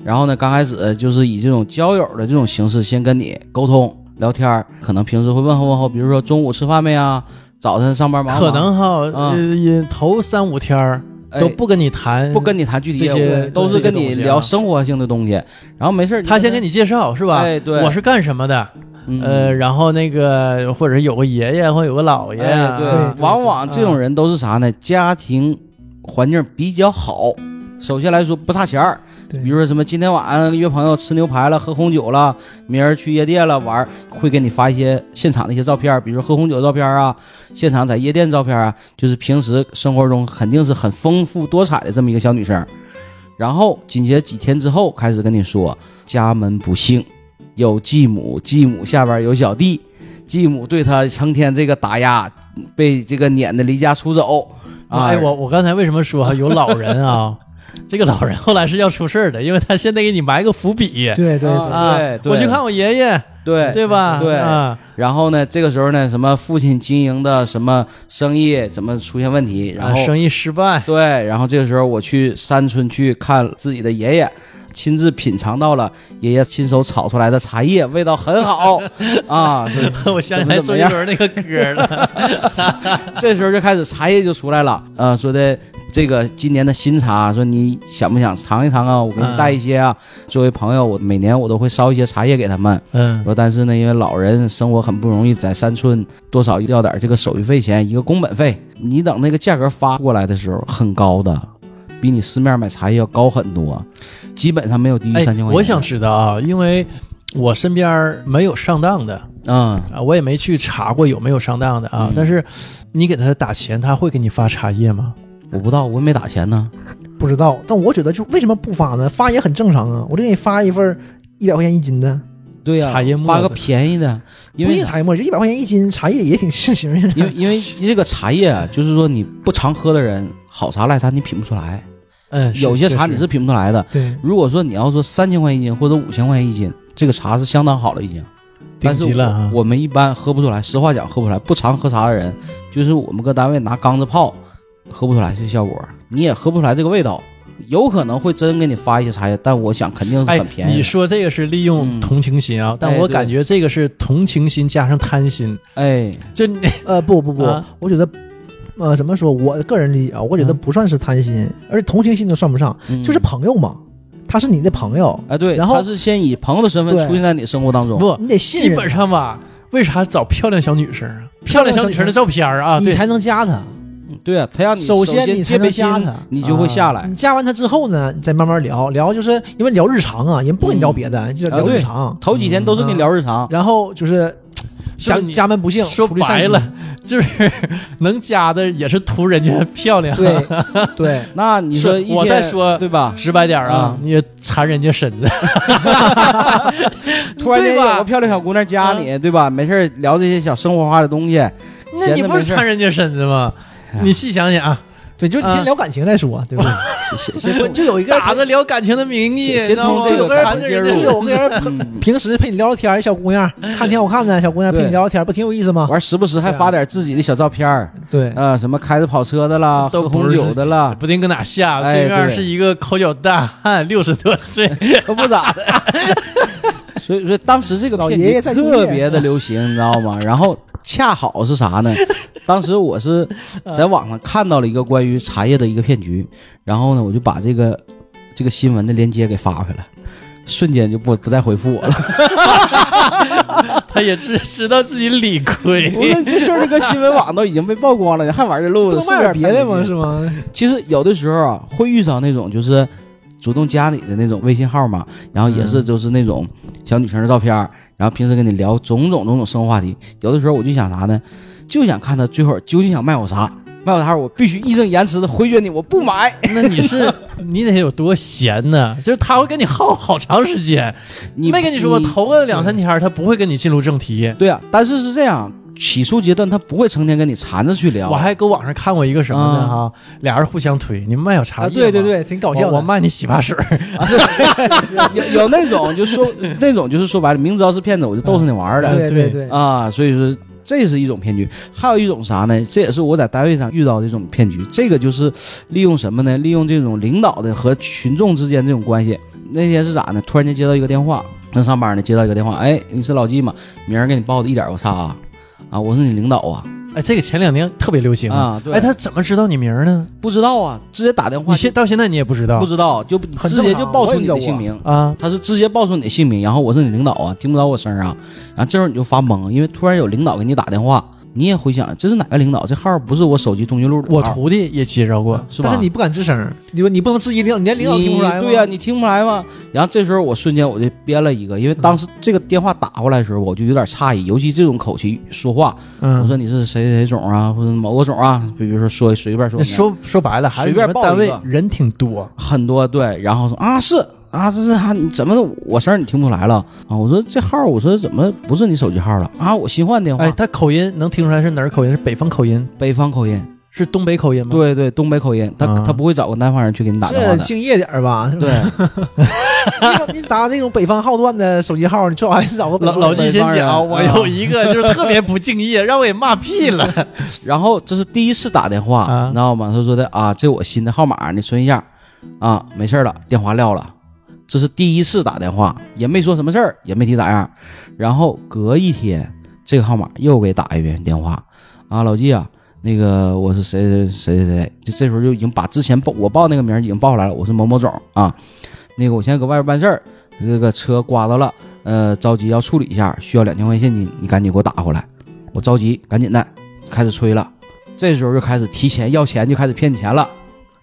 Speaker 2: 然后呢，刚开始就是以这种交友的这种形式先跟你沟通聊天儿，可能平时会问候问候，比如说中午吃饭没啊，早晨上班忙不
Speaker 1: 可
Speaker 2: 忙
Speaker 1: 能哈，
Speaker 2: 啊
Speaker 1: 呃，也头三五天儿
Speaker 2: 哎
Speaker 1: 都不跟你谈，
Speaker 2: 不跟你谈具体业
Speaker 1: 这些
Speaker 2: 务，哎都是跟
Speaker 1: 这些
Speaker 2: 你
Speaker 1: 东西啊
Speaker 2: 聊生活性的东西，然后没事儿
Speaker 1: 他先给你介绍是吧？
Speaker 2: 哎对
Speaker 1: 我是干什么的？
Speaker 2: 嗯
Speaker 1: 呃，然后那个或者有个爷爷或者有个姥爷啊，
Speaker 2: 哎，
Speaker 3: 对对
Speaker 2: 往往这种人都是啥呢？家庭环境比较好，首先来说不差钱儿。
Speaker 3: 对
Speaker 2: 比如说什么，今天晚上约朋友吃牛排了，喝红酒了，明儿去夜店了玩儿，会给你发一些现场的一些照片儿，比如说喝红酒的照片儿啊，现场在夜店照片儿啊，就是平时生活中肯定是很丰富多彩的这么一个小女生。然后紧接着几天之后开始跟你说家门不幸，有继母，继母下边有小弟，继母对他成天这个打压，被这个撵的离家出走啊。
Speaker 1: 哎，我我刚才为什么说有老人 啊？这个老人后来是要出事儿的，因为他先得给你埋个伏笔。
Speaker 3: 对对对，
Speaker 1: 啊
Speaker 2: 对，对
Speaker 1: 我去看我爷爷，
Speaker 2: 对
Speaker 1: 对吧？
Speaker 2: 对
Speaker 1: 啊，
Speaker 2: 然后呢，这个时候呢，什么父亲经营的什么生意怎么出现问题，然
Speaker 1: 啊
Speaker 2: 后
Speaker 1: 生意失败，
Speaker 2: 对，然后这个时候我去山村去看自己的爷爷，亲自品尝到了爷爷亲手炒出来的茶叶，味道很好 啊。是
Speaker 1: 我想起来周杰伦那个歌了。
Speaker 2: 这时候就开始茶叶就出来了，呃，说的这个今年的新茶，说你想不想尝一尝啊？我给你带一些啊，作为朋友，我每年我都会烧一些茶叶给他们。
Speaker 1: 嗯，
Speaker 2: 说但是呢，因为老人生活很不容易，在山村多少要点这个手续费钱，一个工本费。你等那个价格发过来的时候，很高的，比你市面买茶叶要高很多，基本上没有低于
Speaker 1: 哎
Speaker 2: 三千块钱。，
Speaker 1: 我想知道啊，因为我身边儿没有上当的
Speaker 2: 嗯，
Speaker 1: 啊，我也没去查过有没有上当的啊。
Speaker 2: 嗯
Speaker 1: 但是你给他打钱，他会给你发茶叶吗？
Speaker 2: 我不知道，我也没打钱呢。
Speaker 3: 不知道，但我觉得就为什么不发呢？发也很正常啊，我就给你发一份一百块钱一斤的，
Speaker 2: 对呀、
Speaker 1: 茶叶沫子
Speaker 2: 发个便宜的，因
Speaker 3: 不
Speaker 2: 为
Speaker 3: 一定茶叶沫，就一百块钱一斤，茶叶也挺 新型的。
Speaker 2: 因为因为这个茶叶啊，就是说你不常喝的人，好茶赖茶你品不出来，
Speaker 1: 嗯，
Speaker 2: 有些茶你是
Speaker 1: 是
Speaker 2: 品不出来的。
Speaker 3: 对，
Speaker 2: 如果说你要说三千块一斤或者五千块一斤，这个茶是相当好了已经。但
Speaker 1: 顶
Speaker 2: 是
Speaker 1: 级了啊。
Speaker 2: 我我们一般喝不出来，实话讲喝不出来。不常喝茶的人，就是我们搁单位拿缸子泡，喝不出来这效果，你也喝不出来这个味道。有可能会真给你发一些茶叶，但我想肯定是
Speaker 1: 哎
Speaker 2: 很，便宜
Speaker 1: 你
Speaker 2: 的。
Speaker 1: 说这个是利用同情心啊，但
Speaker 2: 哎
Speaker 1: 我
Speaker 2: 对
Speaker 1: 感觉这个是同情心加上贪心，
Speaker 2: 哎，
Speaker 1: 就你
Speaker 3: 呃，不不不，
Speaker 1: 啊
Speaker 3: 我觉得，呃，怎么说？我个人理解啊，我觉得
Speaker 1: 嗯
Speaker 3: 不算是贪心，而且同情心都算不上，
Speaker 2: 嗯
Speaker 3: 就是朋友嘛。他是你的朋友，
Speaker 2: 哎，对，
Speaker 3: 然后
Speaker 2: 他是先以朋友的身份
Speaker 3: 对
Speaker 2: 出现在你生活当中，
Speaker 1: 不，
Speaker 3: 你得
Speaker 1: 啊基
Speaker 3: 信任
Speaker 1: 本上吧。为啥找漂亮小女生啊？漂亮小女生的照片儿啊，
Speaker 3: 你
Speaker 1: 对，
Speaker 3: 才能加他。
Speaker 2: 对啊，他让你
Speaker 3: 首先
Speaker 2: 先
Speaker 3: 你才
Speaker 2: 戒
Speaker 3: 能
Speaker 2: 备心
Speaker 3: 加他，啊
Speaker 2: 你就会下来。
Speaker 3: 你加完他之后呢，你再慢慢聊聊，就是因为聊日常啊，人不跟你聊别的，就聊
Speaker 2: 啊对
Speaker 3: 日常。
Speaker 2: 头几天都是跟你聊日常，
Speaker 3: 然后就是
Speaker 1: 是
Speaker 3: 家
Speaker 1: 你
Speaker 3: 家门不幸，
Speaker 1: 说
Speaker 3: 处理善
Speaker 1: 白
Speaker 3: 心
Speaker 1: 了，就是 能加的也是图人家漂亮。
Speaker 3: 对 对，
Speaker 2: 那你说
Speaker 1: 是
Speaker 2: 一天
Speaker 1: 我再说
Speaker 2: 对吧？
Speaker 1: 直白点儿啊，你也缠人家身 子，
Speaker 2: 突然间
Speaker 1: 对吧
Speaker 2: 有个漂亮小姑娘加你，对吧？没事儿聊这些小生活化的东西，
Speaker 1: 那
Speaker 2: 闲
Speaker 1: 你
Speaker 2: 着
Speaker 1: 不
Speaker 2: 没
Speaker 1: 是
Speaker 2: 事儿
Speaker 1: 缠人家身子吗？你细想想，
Speaker 3: 对，就是
Speaker 1: 啊
Speaker 3: 先聊感情再说，对不对？
Speaker 2: 写 写写
Speaker 3: 就有一个
Speaker 1: 打着聊感情的名义，
Speaker 2: 先
Speaker 1: 你知道吗
Speaker 2: 从这
Speaker 1: 有
Speaker 2: 个
Speaker 1: 个
Speaker 2: 开
Speaker 1: 人缠着
Speaker 2: 始介
Speaker 1: 人
Speaker 2: 入
Speaker 1: 家 身
Speaker 3: 就有个人
Speaker 2: 嗯
Speaker 3: 平时陪你聊聊天儿，小姑娘看挺好看的，小姑娘陪你聊聊天儿，不挺有意思吗？
Speaker 2: 玩，时不时还
Speaker 3: 对啊
Speaker 2: 发点自己的小照片儿，
Speaker 3: 对，
Speaker 2: 啊，什么开着跑车的啦，
Speaker 1: 都
Speaker 2: 喝
Speaker 1: 不
Speaker 2: 红
Speaker 1: 是
Speaker 2: 酒
Speaker 1: 自
Speaker 2: 的
Speaker 1: 己
Speaker 2: 啦，
Speaker 1: 不定搁哪下。
Speaker 2: 哎
Speaker 1: 对面
Speaker 2: 对
Speaker 1: 是一个抠脚大汉，六十多岁，
Speaker 2: 都不咋 的。所以说，当时这个
Speaker 3: 老
Speaker 2: 片
Speaker 3: 爷爷
Speaker 2: 子
Speaker 3: 在
Speaker 2: 特
Speaker 3: 工业
Speaker 2: 别的流行，你知道吗？然后恰好是啥呢？当时我 是在网上看到了一个关于茶叶的一个骗局，然后呢，我就把这个这个新闻的链接给发回来，瞬间就不不再回复我了。
Speaker 1: 他也知知道自己理 亏。
Speaker 2: 我说这事儿，这个新闻网都已经被曝光了，你还玩这路
Speaker 3: 不
Speaker 2: 子？
Speaker 3: 能卖点别的吗？是
Speaker 2: 吗？
Speaker 3: 吗？
Speaker 2: 其实有的时候啊，会遇上那种就是主动加你的那种微信号嘛，然后也
Speaker 1: 嗯
Speaker 2: 是就是那种小女生的照片儿，然后平时跟你聊种种种种生活话题。有的时候我就想啥呢，就想看她最后究竟想卖我啥，卖我啥，我必须义正言辞的回绝你，我不买。
Speaker 1: 那你是你得有多闲呢？就是他会跟你耗好长时间。
Speaker 2: 你
Speaker 1: 没跟你说，头个两三天儿他不会跟你进入正题。
Speaker 2: 对啊，但是是这样，起诉阶段他不会成天跟你缠着去聊。
Speaker 1: 我还搁网上看过一个什么呢？
Speaker 2: 嗯
Speaker 1: 哈，俩人互相推，你们卖小茶叶
Speaker 3: 啊，
Speaker 1: 吗
Speaker 3: 对对，对，挺搞
Speaker 1: 我
Speaker 3: 笑
Speaker 1: 我
Speaker 3: 的。
Speaker 1: 卖你洗发水儿，
Speaker 2: 有有那种 就说那种就是说白了，明知道是骗子，我就逗他你玩儿的。
Speaker 3: 对
Speaker 1: 对
Speaker 3: 对对，
Speaker 2: 啊，所以说这是一种骗局。还有一种啥呢？这也是我在单位上遇到的一种骗局。这个就是利用什么呢？利用这种领导的和群众之间这种关系。那天是咋呢？突然间接到一个电话，正上班呢，接到一个电话，哎，你是老纪吗？明儿给你报的一点儿不差啊。啊，我是你领导啊！
Speaker 1: 哎，这个前两年特别流行
Speaker 2: 啊，对，
Speaker 1: 哎，他怎么知道你名儿呢？
Speaker 2: 不知道啊，直接打电话
Speaker 1: 你现到现在你也不知道
Speaker 2: 不知道，就
Speaker 3: 很
Speaker 2: 直接
Speaker 3: 正常
Speaker 2: 就报出你的
Speaker 3: 我也遇到过
Speaker 2: 姓名。
Speaker 1: 啊？
Speaker 2: 他是直接报出你的姓名，然后我是你领导啊，听不着我声儿啊，然后这会儿你就发懵，因为突然有领导给你打电话，你也回想这是哪个领导，这号不是我手机通讯录里的
Speaker 1: 我
Speaker 2: 号
Speaker 1: 徒弟也介绍过，
Speaker 2: 是吧？
Speaker 3: 但是你不敢吱声，你说你不能质疑领导，你连领导听不出来吗？
Speaker 2: 你对呀、你听不出来吗？然后这时候我瞬间我就编了一个，因为当时
Speaker 3: 嗯
Speaker 2: 这个电话打过来的时候，我就有点诧异，尤其这种口气说话，
Speaker 1: 嗯，
Speaker 2: 我说你是谁谁谁总啊，或者某个总啊，比如说说随便说
Speaker 1: 那
Speaker 2: 你啊，
Speaker 1: 说说白了，还是
Speaker 2: 随便
Speaker 1: 你们
Speaker 2: 报一
Speaker 1: 单位
Speaker 2: 个
Speaker 1: 人挺多，
Speaker 2: 很多对，然后说啊是啊这是啊你怎么我声儿你听不出来了啊？我说这号儿我说怎么不是你手机号了啊？我新换电话，
Speaker 1: 哎，他口音能听出来是哪儿口音？是北方口音，
Speaker 2: 北方口音，
Speaker 1: 是东北口音吗？
Speaker 2: 对对东北口音，他、
Speaker 1: 啊
Speaker 2: 他不会找个南方人去给你打电话
Speaker 3: 这
Speaker 2: 的。
Speaker 3: 敬业点儿吧，是吧？
Speaker 2: 啊对，
Speaker 3: 你你打那种北方号段的手机号，你最好还是找个北
Speaker 1: 老
Speaker 3: 方
Speaker 1: 老
Speaker 3: 的
Speaker 1: 纪先
Speaker 2: 北方人啊
Speaker 1: 讲，我有一 个就是特别不敬业，让我给骂屁了。
Speaker 2: 然后这是第一次打电话，
Speaker 1: 啊
Speaker 2: 你知道吗？他说的啊，这我新的号码，你存一下，啊，没事儿了，电话撂了。这是第一次打电话，也没说什么事儿，也没提咋样。然后隔一天，这个号码又给打一遍电话，啊，老纪啊，那个我是谁谁谁谁谁，就这时候就已经把之前报我报那个名儿已经报出来了，我是某某总啊，那个我现在搁外边办事儿，这个车刮到了，呃，着急要处理一下，需要两千块现金，你赶紧给我打回来，我着急，赶紧的，开始催了。这时候就开始提前要钱，就开始骗钱了。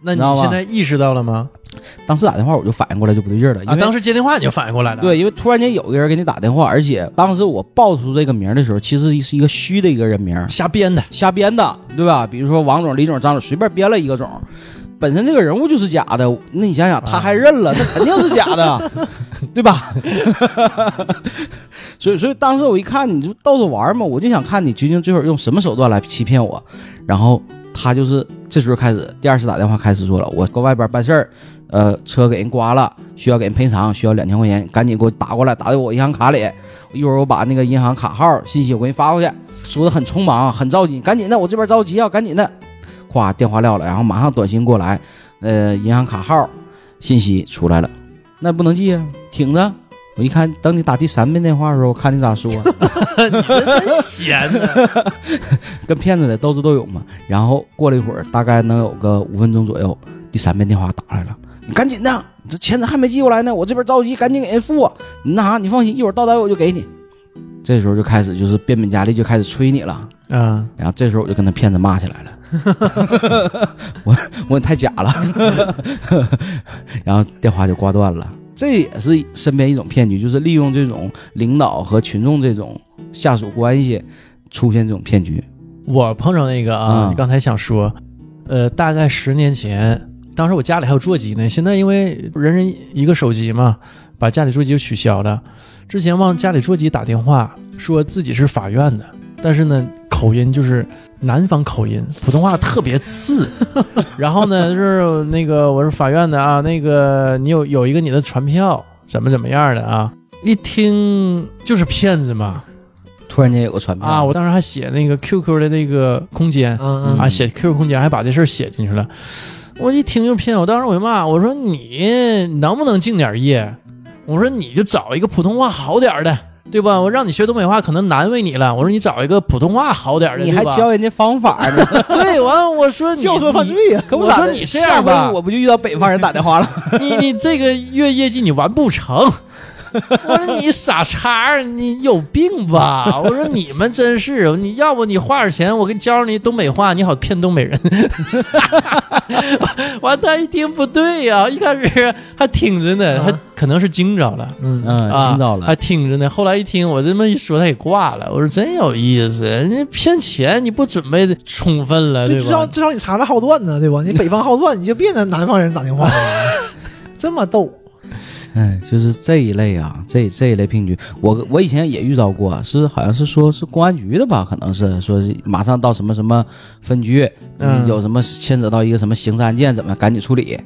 Speaker 1: 那
Speaker 2: 知道
Speaker 1: 你
Speaker 2: 吧
Speaker 1: 现在意识到了吗？
Speaker 2: 当时打电话我就反应过来就不对劲儿了，因
Speaker 1: 啊，
Speaker 2: 为、
Speaker 1: 当时接电话你就反应过来了。，
Speaker 2: 对，因为突然间有个人给你打电话，而且当时我报出这个名儿的时候，其实是一个虚的一个人名儿，
Speaker 1: 瞎编 的。
Speaker 2: 瞎编的，对吧？比如说王总、李总、张总，随便编了一个总，本身这个人物就是假的，那你想想他还认了，那肯定是假的，对吧？ 所以，所以当时我一看，你就逗着玩儿嘛，我就想看你究竟最后用什么手段来欺骗我。然后他就是这时候开始第二次打电话，开始说了，我搁外边办事儿，呃，车给人刮了，需要给人赔偿，需要两千块钱，赶紧给我打过来，打到我银行卡里，一会儿我把那个银行卡号信息我给你发过去。说的很匆忙，很着急，赶紧的，我这边着急啊，赶紧的，咵电话撂了，然后马上短信过来，呃，银行卡号信息出来了，那不能记啊，挺着。我一看，等你打第三遍电话的时候，我看你咋说、啊
Speaker 1: 你这真闲的。
Speaker 2: 跟骗子的斗智斗勇嘛。然后过了一会儿，大概能有个五分钟左右，第三遍电话打来了，你赶紧的，这钱咋还没寄过来呢？我这边着急，赶紧给人付啊！你那啥，你放心，一会儿到单位我就给你。这时候就开始就是变本加厉，就开始催你了。
Speaker 1: 啊，
Speaker 2: 然后这时候我就跟他骗子骂起来了， 我我太假 了，然后电话就挂断了。这也是身边一种骗局，就是利用这种领导和群众这种下属关系出现这种骗局。
Speaker 1: 我碰上那个啊，
Speaker 2: 嗯
Speaker 1: 你刚才想说，呃，大概十年前，当时我家里还有座机呢，现在因为人人一个手机嘛，把家里座机就取消了。之前往家里座机打电话，说自己是法院的，但是呢，口音就是南方口音，普通话特别次。然后呢，就是那个我是法院的啊，那个你有有一个你的传票，怎么怎么样的啊？一听就是骗子嘛
Speaker 2: 突然间有个传票
Speaker 1: 啊！我当时还写那个 QQ 的那个空间，
Speaker 3: 嗯
Speaker 2: 嗯
Speaker 1: 啊，写 QQ 空间还把这事儿写进去了。我一听就骗我，当时我就骂我说你能不能敬点业？我说你就找一个普通话好点儿的，对吧？我让你学东北话可能难为你了。我说你找一个普通话好点儿的，
Speaker 2: 你还
Speaker 1: 对吧
Speaker 2: 教人家方法 呢？
Speaker 1: 对完了我 说你
Speaker 3: 教唆犯
Speaker 1: 你
Speaker 3: 罪呀、
Speaker 2: 可
Speaker 1: 我
Speaker 2: 咋
Speaker 1: 说
Speaker 2: 的
Speaker 1: 你这样
Speaker 2: 下
Speaker 1: 吧
Speaker 2: 回我不就遇到北方人打电话了？
Speaker 1: 你你这个月业绩你完不成。我说你傻叉儿，你有病吧？我说你们真是，你要不你花点钱，我给你教你东北话，你好骗东北人。完，他一听不对呀、一开始还挺着呢，
Speaker 3: 啊
Speaker 1: 他可能是惊着了。
Speaker 3: 嗯，
Speaker 2: 嗯，
Speaker 1: 啊，
Speaker 2: 听到了
Speaker 1: 还。听着呢。后来一听我这么一说，他也挂了。我说真有意思，人家骗钱你不准备充分了，
Speaker 3: 对，
Speaker 1: 对
Speaker 3: 至少
Speaker 1: 吧？
Speaker 3: 至少你查查好断呢，对吧？你北方好断，你就别拿南方人打电话了，这么逗。
Speaker 2: 哎，就是这一类啊，这这一类骗局，我我以前也遇到过，是好像是说是公安局的吧，可能是说是马上到什么什么分局，
Speaker 1: 嗯
Speaker 2: 有什么牵扯到一个什么刑事案件，怎么赶紧处理，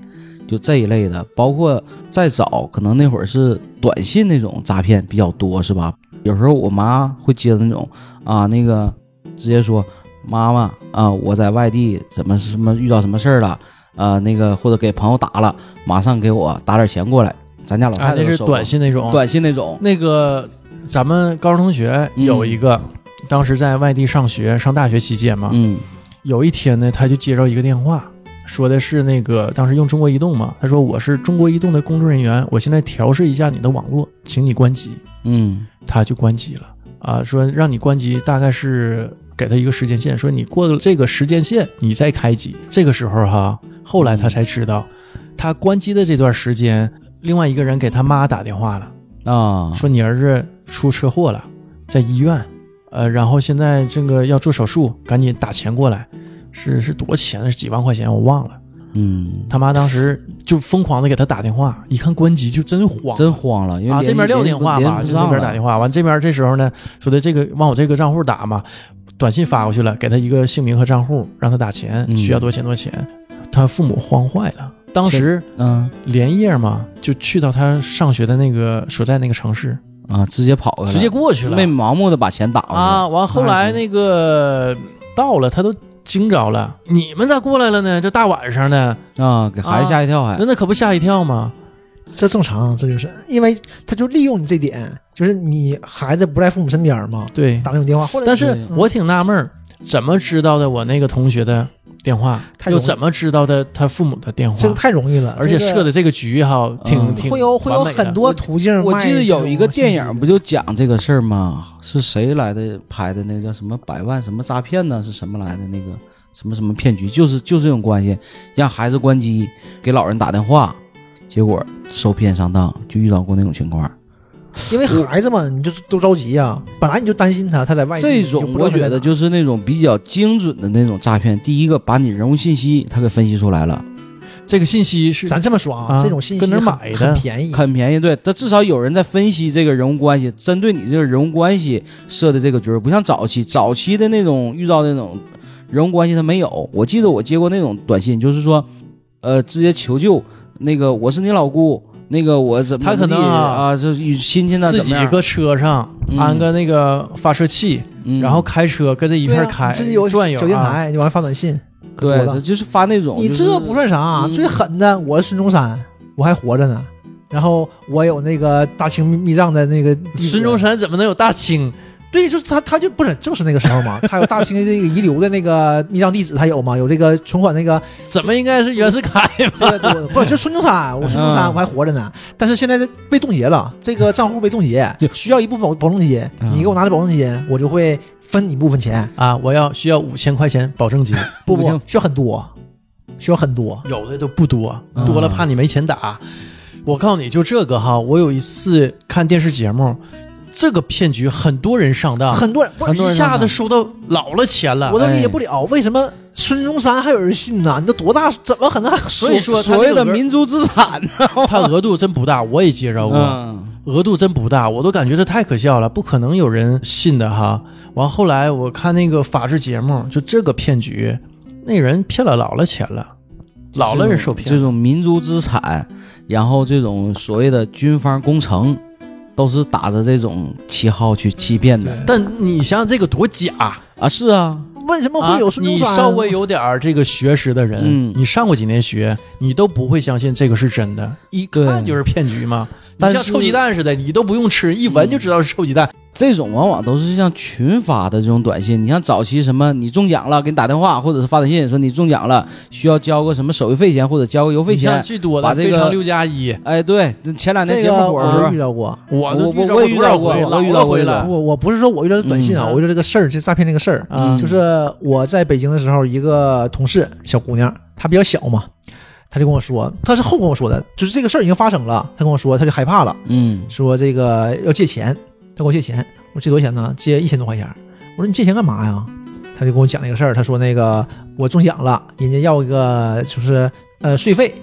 Speaker 2: 就这一类的。包括再早，可能那会儿是短信那种诈骗比较多，是吧？有时候我妈会接的那种啊，那个直接说妈妈啊，我在外地怎么什么遇到什么事儿了。啊，那个或者给朋友打了，马上给我打点钱过来，咱家老太
Speaker 1: 啊
Speaker 2: 太，
Speaker 1: 那
Speaker 2: 都
Speaker 1: 是
Speaker 2: 收过
Speaker 1: 短信那种，
Speaker 2: 短信那种，
Speaker 1: 那个咱们高中同学有一个，当时在外地上学，上大学期间嘛，
Speaker 2: 嗯
Speaker 1: 有一天呢，他就接到一个电话，说的是那个当时用中国移动嘛，他说我是中国移动的工作人员，我现在调试一下你的网络，请你关机，
Speaker 2: 嗯
Speaker 1: 他就关机了啊，说让你关机，大概是给他一个时间线，说你过了这个时间线，你再开机。这个时候哈，后来他才知道，他关机的这段时间，另外一个人给他妈打电话了。
Speaker 2: 啊，
Speaker 1: 说你儿子出车祸了，在医院，呃，然后现在这个要做手术，赶紧打钱过来，是是多少钱？是几万块钱？我忘了。
Speaker 2: 嗯，
Speaker 1: 他妈当时就疯狂的给他打电话，一看关机就真慌，
Speaker 2: 真慌了，因为
Speaker 1: 啊，这边撂电话吧，
Speaker 2: 吧，
Speaker 1: 就那边打电
Speaker 2: 话，
Speaker 1: 话，完这边这时候呢，说的这个往我这个账户打嘛，短信发过去了，给他一个姓名和账户，让他打钱，
Speaker 2: 嗯
Speaker 1: 需要多少钱多少钱，他父母慌坏了，当时
Speaker 2: 嗯
Speaker 1: 连夜嘛就去到他上学的那个所在那个城市，
Speaker 2: 啊，直接跑过来，
Speaker 1: 直接过去了，
Speaker 2: 没盲目的把钱打过去
Speaker 3: 哦
Speaker 1: 啊，，完后来那个到了，他都惊着了，你们咋过来了呢？这大晚上的，
Speaker 2: 啊，给孩子吓一跳还
Speaker 1: 那，那可不吓一跳吗？
Speaker 3: 这正常，这就是因为他就利用你这点，就是你孩子不在父母身边嘛，
Speaker 1: 对，
Speaker 3: 打这嗯种电话，或者
Speaker 1: 但是我挺纳闷儿，怎么知道的我那个同学的电话，
Speaker 3: 太
Speaker 1: 又
Speaker 3: 容易
Speaker 1: 怎么知道的他父母的电话
Speaker 3: 这？个太容易了，
Speaker 1: 而且
Speaker 3: 这个
Speaker 1: 设的这个局哈，挺
Speaker 2: 嗯
Speaker 1: 挺
Speaker 3: 会有会有
Speaker 1: 完美的
Speaker 3: 很多途径卖这种
Speaker 2: 我
Speaker 3: 信息。
Speaker 2: 记得有一个电影不就讲这个事儿吗？是谁来的拍的？那叫什么百万什么诈骗呢？是什么来的那个什么什么骗局？就是就这种关系，让孩子关机，给老人打电话，结果受骗上当，就遇到过那种情况。
Speaker 3: 因为孩子嘛，你就都着急呀、本来你就担心他，他在外地，
Speaker 2: 这
Speaker 3: 你
Speaker 2: 种
Speaker 3: 就不知道
Speaker 2: 我
Speaker 3: 他在
Speaker 2: 觉得
Speaker 3: 哪
Speaker 2: 就是那种比较精准的那种诈骗。第一个把你人物信息他给分析出来了，
Speaker 1: 这个信息是
Speaker 3: 咱这么说啊，
Speaker 1: 啊
Speaker 3: 这种信息
Speaker 1: 跟哪儿
Speaker 3: 很
Speaker 1: 买的
Speaker 3: 很便宜，
Speaker 2: 很便宜，对，他至少有人在分析这个人物关系，针对你这个人物关系设的这个局儿，不像早期早期的那种遇到那种人物关系他没有。我记得我接过那种短信，就是说，呃，直接求救，那个我是你老姑，那个我怎么
Speaker 1: 他可能
Speaker 2: 地
Speaker 1: 啊
Speaker 2: 啊，就是与亲戚呢
Speaker 1: 自
Speaker 2: 怎
Speaker 1: 己
Speaker 2: 么样，
Speaker 1: 搁车上
Speaker 2: 嗯
Speaker 1: 安个那个发射器，
Speaker 2: 嗯
Speaker 1: 然后开车跟这一
Speaker 3: 一
Speaker 1: 片开
Speaker 3: 这有
Speaker 1: 转悠
Speaker 3: 手电
Speaker 1: 啊
Speaker 3: 台，你完了发短信，可
Speaker 2: 对，
Speaker 3: 多
Speaker 2: 他
Speaker 3: 了
Speaker 2: 就是发那种，
Speaker 3: 你
Speaker 2: 就是
Speaker 3: 这不算啥，
Speaker 2: 嗯
Speaker 3: 最狠的我是孙中山，我还活着呢，然后我有那个大清密藏的那个地址
Speaker 1: 孙中山怎么能有大清？
Speaker 3: 对，就是他，他就不是正是那个时候嘛，他有大清的这个遗留的那个密账地址，他有嘛，有这个存款那个
Speaker 1: 怎么应该是袁世凯吧？
Speaker 3: 这个多，不是就孙中山，我孙中山
Speaker 2: 嗯
Speaker 3: 我还活着呢，但是现在被冻结了，这个账户被冻结，需要一部分保保证金，
Speaker 2: 嗯
Speaker 3: 你给我拿着保证金，我就会分你部分钱，
Speaker 1: 啊，我要需要五千块钱保 证金，
Speaker 3: 不
Speaker 2: 不
Speaker 3: 不
Speaker 2: 行
Speaker 3: 需要很多，需要很多，
Speaker 1: 有的都不多，
Speaker 2: 嗯
Speaker 1: 多了怕你没钱打。我告诉你就这个哈，我有一次看电视节目，这个骗局很多人上当，
Speaker 3: 很多人不
Speaker 2: 很
Speaker 3: 是
Speaker 2: 多人
Speaker 1: 一下子收到老了钱了
Speaker 3: 我。都理解不了为什么孙中山还有人信呢？你都多大，怎么可能？所
Speaker 1: 以说
Speaker 2: 所
Speaker 1: 他
Speaker 2: 谓
Speaker 1: 这
Speaker 2: 的
Speaker 1: 个
Speaker 2: 民族资产呢，
Speaker 1: 他额度真不大，我也介绍过，
Speaker 2: 嗯
Speaker 1: 额度真不大，我都感觉这太可笑了，不可能有人信的哈。完后来我看那个法制节目，就这个骗局，那人骗了老了钱了，老了人受骗
Speaker 2: 这种民族资产，然后这种所谓的军方工程，都是打着这种旗号去欺骗的
Speaker 1: 但你想想这个多假，
Speaker 2: 啊！是啊，
Speaker 3: 为什么会有孙中山？
Speaker 1: 啊？你稍微有点儿这个学识的人，
Speaker 2: 嗯
Speaker 1: 你上过几年学，你都不会相信这个是真的，一看
Speaker 2: 对
Speaker 1: 就是骗局嘛。
Speaker 2: 但
Speaker 1: 你像
Speaker 2: 是
Speaker 1: 臭鸡蛋似的，你都不用吃，一闻就知道是臭鸡蛋。
Speaker 2: 这种往往都是像群发的这种短信。你像早期什么，你中奖了，给你打电话，或者是发短信说你中奖了，需要交个什么手续费钱或者交个邮费
Speaker 1: 你像
Speaker 2: 钱。
Speaker 1: 最多
Speaker 2: 嗯把
Speaker 1: 的
Speaker 2: 这个
Speaker 1: 非常六加一，
Speaker 2: 哎，对，前两天
Speaker 3: 这
Speaker 2: 节
Speaker 3: 个
Speaker 2: 目火的时
Speaker 3: 我
Speaker 2: 候
Speaker 3: 遇，到过。
Speaker 1: 我
Speaker 2: 我
Speaker 1: 都
Speaker 2: 我
Speaker 1: 遇到
Speaker 2: 我
Speaker 1: 过
Speaker 2: 也遇
Speaker 1: 多
Speaker 2: 到
Speaker 1: 少
Speaker 2: 过
Speaker 1: 回
Speaker 2: 我
Speaker 1: 了，
Speaker 2: 遇到过
Speaker 1: 回
Speaker 2: 这个
Speaker 1: 了
Speaker 3: 我我不是说我遇到的短信啊，
Speaker 2: 嗯
Speaker 3: 我遇到这个事儿，这诈骗这个事儿，
Speaker 1: 啊
Speaker 2: 嗯！
Speaker 3: 就是我在北京的时候，一个同事小姑娘，她比较小嘛，她就跟我说，她是后跟我说的，就是这个事儿已经发生了，她跟我说，她就害怕了，
Speaker 2: 嗯
Speaker 3: 说这个要借钱，她跟我借钱，我借多少钱呢？借一千多块钱。我说你借钱干嘛呀？她就跟我讲了一个事儿，她说那个我中奖了，人家要一个就是呃税费，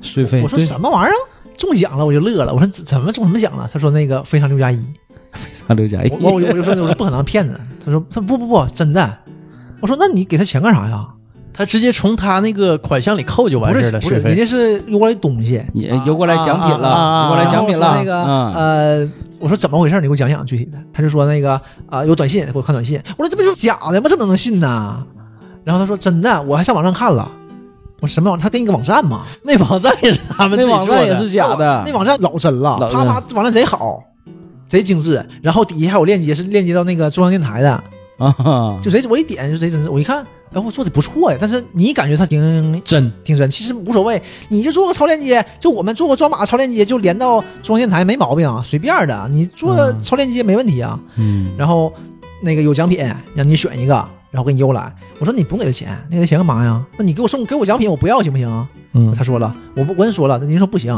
Speaker 2: 税费
Speaker 3: 我说什么玩意儿？中奖了我就乐了，我说怎怎么中什么奖了？她说那个非常六加一。
Speaker 2: 上刘佳
Speaker 3: 我我我就我就说我说不可能骗子，他说他不不不真的，我说那你给他钱干啥呀？
Speaker 1: 他直接从他那个款项里扣就完
Speaker 3: 不
Speaker 1: 事儿
Speaker 3: 是
Speaker 1: 了，
Speaker 3: 不是，
Speaker 1: 税
Speaker 3: 人
Speaker 1: 费。
Speaker 3: 家是邮过来东西，
Speaker 2: 也邮过来奖品
Speaker 1: 啊啊啊啊
Speaker 2: 了，
Speaker 1: 啊
Speaker 2: 邮过来奖品了。
Speaker 3: 然后我说那个
Speaker 2: 嗯，
Speaker 3: 呃，我说怎么回事？你给我讲讲具体的。他就说那个啊、有短信给我看短信，我说这不就是假的吗？这怎么能信呢？然后他说真的，我还上网上看了。我说什么网？他给你个网站嘛？
Speaker 1: 那网站也是他们自
Speaker 2: 那
Speaker 1: 己
Speaker 2: 网
Speaker 1: 做
Speaker 2: 站
Speaker 1: 的，
Speaker 2: 也是假的
Speaker 3: 那。网站老真了，
Speaker 2: 老
Speaker 3: 啪啪，这网站贼好，贼精致。然后底下还有链接，是链接到那个中央电台的。
Speaker 2: 啊哈，
Speaker 3: 就贼，我一点就贼真实。我一看，哎，我做的不错呀。但是你感觉他挺
Speaker 1: 真。
Speaker 3: 挺真，其实无所谓，你就做个超链接，就我们做个装码超链接，就连到中央电台没毛病啊，随便的，你做
Speaker 1: 嗯
Speaker 3: 超链接没问题啊。
Speaker 2: 嗯，
Speaker 3: 然后那个有奖品，让你选一个，然后给你邮来。我说你不用给他钱，你给他钱干嘛呀？那你给我送给我奖品，我不要行不行啊？
Speaker 1: 嗯，
Speaker 3: 他说了，我不我跟你说了，您说不行，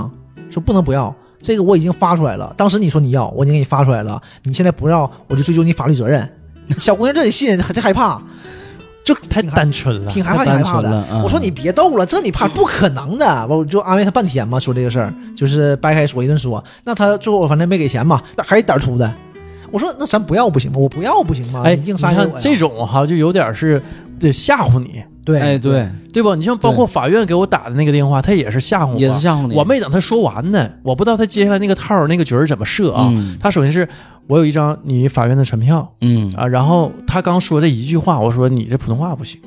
Speaker 3: 说不能不要。这个我已经发出来了，当时你说你要，我已经给你发出来了，你现在不要，我就追究你法律责任。 小姑娘这得信，还这害怕，就太挺害
Speaker 1: 单纯了，
Speaker 3: 挺害
Speaker 2: 太
Speaker 3: 怕，挺
Speaker 2: 单
Speaker 3: 害怕
Speaker 2: 纯
Speaker 3: 的。
Speaker 2: 了。嗯
Speaker 3: 我说你别逗了，这你怕 不可能的，我就安慰她半天嘛，说这个事儿就是掰开说一顿说。那她最后反正没给钱嘛，那还是胆儿粗的。我说那咱不要不行吗？我不要不行吗？
Speaker 1: 哎，
Speaker 3: 你
Speaker 1: 你
Speaker 3: 啊硬塞给
Speaker 1: 看
Speaker 3: 我呀
Speaker 1: 这种哈，就有点是得吓唬你，
Speaker 3: 对
Speaker 2: 哎，对，
Speaker 1: 对吧？你像包括法院给我打的那个电话，他也是吓唬我，
Speaker 2: 也是吓唬你。
Speaker 1: 我没等他说完呢，我不知道他接下来那个套儿那个局儿怎么设啊。
Speaker 2: 嗯
Speaker 1: 他首先是我有一张你法院的传票
Speaker 2: 嗯
Speaker 1: 啊，然后他刚说这一句话，我说你这普通话不行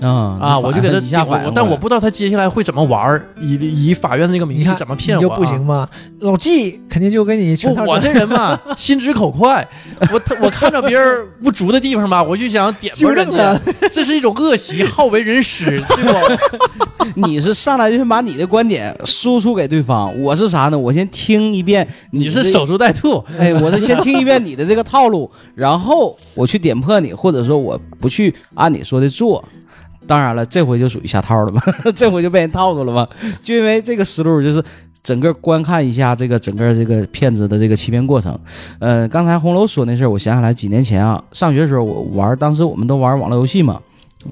Speaker 2: 啊
Speaker 1: 啊，我就给他
Speaker 2: 一下反应
Speaker 1: 我
Speaker 2: 过来
Speaker 1: 但我不知道他接下来会怎么玩儿，以以法院的那个名
Speaker 3: 你
Speaker 1: 义
Speaker 3: 看
Speaker 1: 怎么骗
Speaker 3: 你
Speaker 1: 我、
Speaker 3: 就
Speaker 1: 啊，
Speaker 3: 不行吗？老纪肯定就给你全套
Speaker 1: 不。我
Speaker 3: 整
Speaker 1: 这人嘛，心直口快，我他我看着别人不足的地方吧，我就想点拨人
Speaker 3: 纠正
Speaker 1: 家，这是一种恶习，好为人师，对不？
Speaker 2: 你是上来就先把你的观点输出给对方，我是啥呢？我先听一遍
Speaker 1: 你
Speaker 2: 的
Speaker 1: 是守株待兔，
Speaker 2: 哎，我是先听一遍你的这个套路，然后我去点破你，或者说我不去按你说的做。当然了，这回就属于下套了吧， 这回就被人套住了吧？就因为这个思路，就是整个观看一下这个整个这个骗子的这个欺骗过程。呃，刚才红楼说那事儿，我想起来几年前啊，上学的时候我玩，当时我们都玩网络游戏嘛，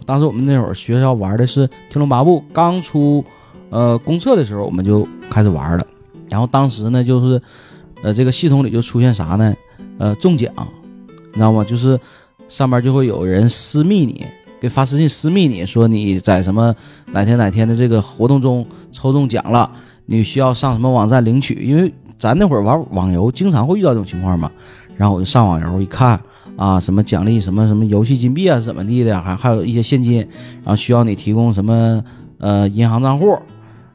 Speaker 2: 当时我们那会儿学校玩的是《天龙八部》，刚出呃公测的时候我们就开始玩了。然后当时呢，就是呃，这个系统里就出现啥呢？呃，中奖，你知道吗？就是上面就会有人私密你，给发私信私密你说你在什么哪天哪天的这个活动中抽中奖了，你需要上什么网站领取？因为咱那会儿玩网游，经常会遇到这种情况嘛。然后我就上网游一看啊，什么奖励什么什么游戏金币啊，怎么地的，还还有一些现金，然后需要你提供什么呃银行账户。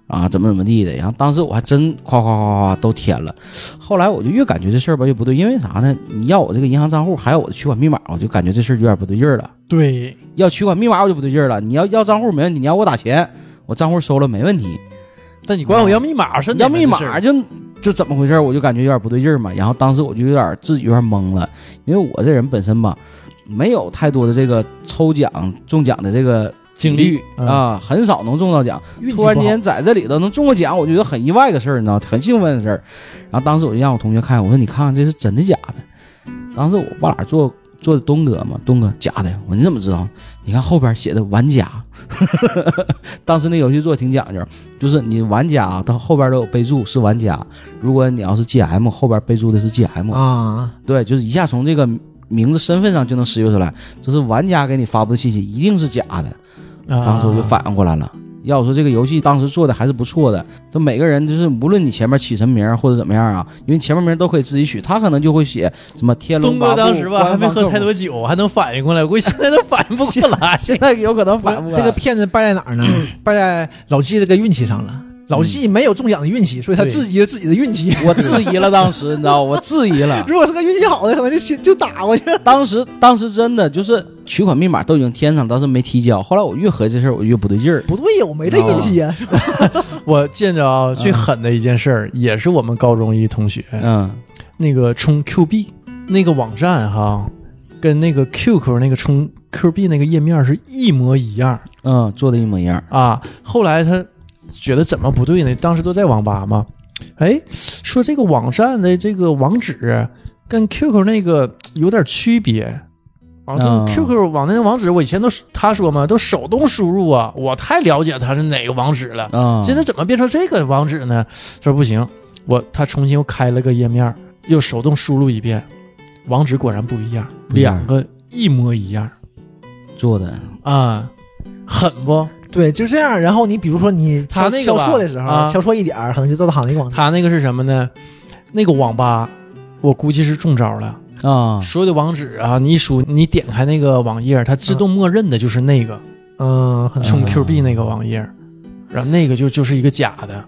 Speaker 2: 啊，怎么怎么地的。然后当时我还真夸夸夸夸都填了，后来我就越感觉这事儿吧越不对，因为啥呢？你要我这个银行账户，还有我的取款密码，我就感觉这事儿有点不对劲儿了。
Speaker 1: 对，
Speaker 2: 要取款密码我就不对劲儿了，你要要账户没问题，你要我打钱，我账户收了没问题，
Speaker 1: 但你管我要密码是
Speaker 2: 要密码就就怎么回事儿？我就感觉有点不对劲儿嘛。然后当时我就有点自己有点懵了，因为我这人本身吧，没有太多的这个抽奖中奖的这个
Speaker 1: 经
Speaker 2: 历
Speaker 1: 历
Speaker 3: 嗯
Speaker 2: 啊，很少能中到奖。
Speaker 3: 运气
Speaker 2: 突
Speaker 3: 不
Speaker 2: 然
Speaker 3: 好
Speaker 2: 间在这里头能中个奖，我觉得很意外的事儿，你知道，很兴奋的事儿。然后当时我就让我同学看，我说你看看这是真的假的。当时我不俩坐坐东哥嘛，东哥假的。我说你怎么知道？你看后边写的玩家， 当时那游戏做得挺讲究，就是你玩家它后边都有备注是玩家，如果你要是 GM 后边备注的是 GM，、
Speaker 3: 啊，
Speaker 2: 对，就是一下从这个名字身份上就能识别出来，这是玩家给你发布的信息，一定是假的。
Speaker 1: 啊
Speaker 2: 当时我就反应过来了。要我说，这个游戏当时做的还是不错的。这每个人就是，无论你前面起什么名儿或者怎么样啊，因为前面名儿都可以自己取，他可能就会写什么天龙
Speaker 1: 东
Speaker 2: 八
Speaker 1: 哥
Speaker 2: 部。
Speaker 1: 当时吧还
Speaker 2: 官
Speaker 1: 没
Speaker 2: 方
Speaker 1: 喝太
Speaker 2: 客服
Speaker 1: 多酒，还能反应过来，我估计现在都反应不过来。
Speaker 2: 现在有可能反应过来
Speaker 3: 这个骗子败在哪 儿呢？败在老纪这个运气上了。老纪没有中奖的运气，所以他
Speaker 1: 嗯对
Speaker 3: 质疑了自己的 运气。
Speaker 2: 我质疑了，当时你知道，我质疑了。
Speaker 3: 如果是个运气好的，可能就先就打过去了。
Speaker 2: 当时当时真的就是取款密码都已经填上，但是没提交。后来我越合计这事儿，我越不对劲儿。
Speaker 3: 不对呀，我没这运
Speaker 1: 啊
Speaker 3: 气啊呀。
Speaker 1: 我见着啊最狠的一件事儿，也是我们高中一同学，
Speaker 2: 嗯
Speaker 1: 那个充 Q 币那个网站哈，跟那个 QQ 那个充 Q 币那个页面是一模一样
Speaker 2: 嗯，做的一模一样。
Speaker 1: 啊。后来他觉得怎么不对呢？当时都在网吧嘛，哎，说这个网站的这个网址跟 QQ 那个有点区别。啊，这
Speaker 2: 嗯
Speaker 1: 个 QQ 网那个网址，我以前都是他说嘛，都手动输入啊，我太了解他是哪个网址了。
Speaker 2: 啊、
Speaker 1: 现在怎么变成这个网址呢？这不行，我他重新又开了个页面，又手动输入一遍，网址果然不一样，
Speaker 2: 不一样
Speaker 1: 两个一模一样
Speaker 2: 做的，
Speaker 1: 啊，狠不？
Speaker 3: 对，就这样。然后你比如说你
Speaker 1: 他
Speaker 3: 敲
Speaker 1: 那个
Speaker 3: 敲
Speaker 1: 吧
Speaker 3: 错的时候，
Speaker 1: 啊
Speaker 3: 敲错一点儿，可能就到他那个广场。
Speaker 1: 他那个是什么呢？那个网吧，我估计是中招了。
Speaker 2: 啊、
Speaker 1: 所有的网址啊，你一输，你点开那个网页，它自动默认的就是那个
Speaker 3: 嗯，可能
Speaker 1: 充
Speaker 2: 嗯
Speaker 1: Q 币那个网页，然后那个就就是一个假的。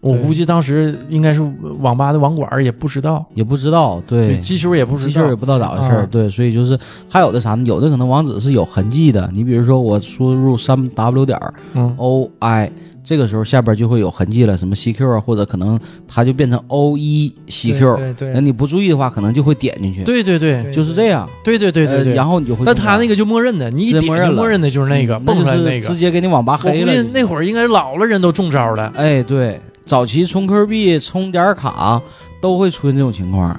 Speaker 1: 我
Speaker 2: 对
Speaker 1: 估计当时应该是网吧的网管也不知道，
Speaker 2: 也不知道，对，
Speaker 1: 机球也不知
Speaker 2: 机器
Speaker 1: 道
Speaker 2: 人也，不知道咋回事儿，
Speaker 1: 啊
Speaker 2: 对，所以就是还有的啥呢？有的可能网址是有痕迹的，你比如说我输入三 w 点
Speaker 1: 嗯，
Speaker 2: o i，这个时候下边就会有痕迹了，什么 c q 啊，或者可能它就变成 o 一 c
Speaker 1: E
Speaker 3: 对
Speaker 2: q，
Speaker 3: 对
Speaker 1: 嗯
Speaker 2: 那
Speaker 3: 对，
Speaker 2: 你不注意的话，可能就会点进去，
Speaker 1: 对对对
Speaker 2: 就是这样，
Speaker 1: 对对对对
Speaker 2: 呃
Speaker 1: 对。
Speaker 2: 然后你就会中
Speaker 1: 但
Speaker 2: 奖，
Speaker 1: 他那个就默认的，你一
Speaker 2: 直接
Speaker 1: 点
Speaker 2: 默认
Speaker 1: 就
Speaker 2: 了
Speaker 1: 默认的就是那个
Speaker 2: 嗯
Speaker 1: 蹦出来
Speaker 2: 就是
Speaker 1: 那个
Speaker 2: 直。接给你网吧
Speaker 1: 我
Speaker 2: 黑
Speaker 1: 估
Speaker 2: 了
Speaker 1: 计
Speaker 2: 就，
Speaker 1: 那会儿应该老了人都中招了，
Speaker 2: 哎，对，早期充 Q 币、充点儿卡都会出现这种情况，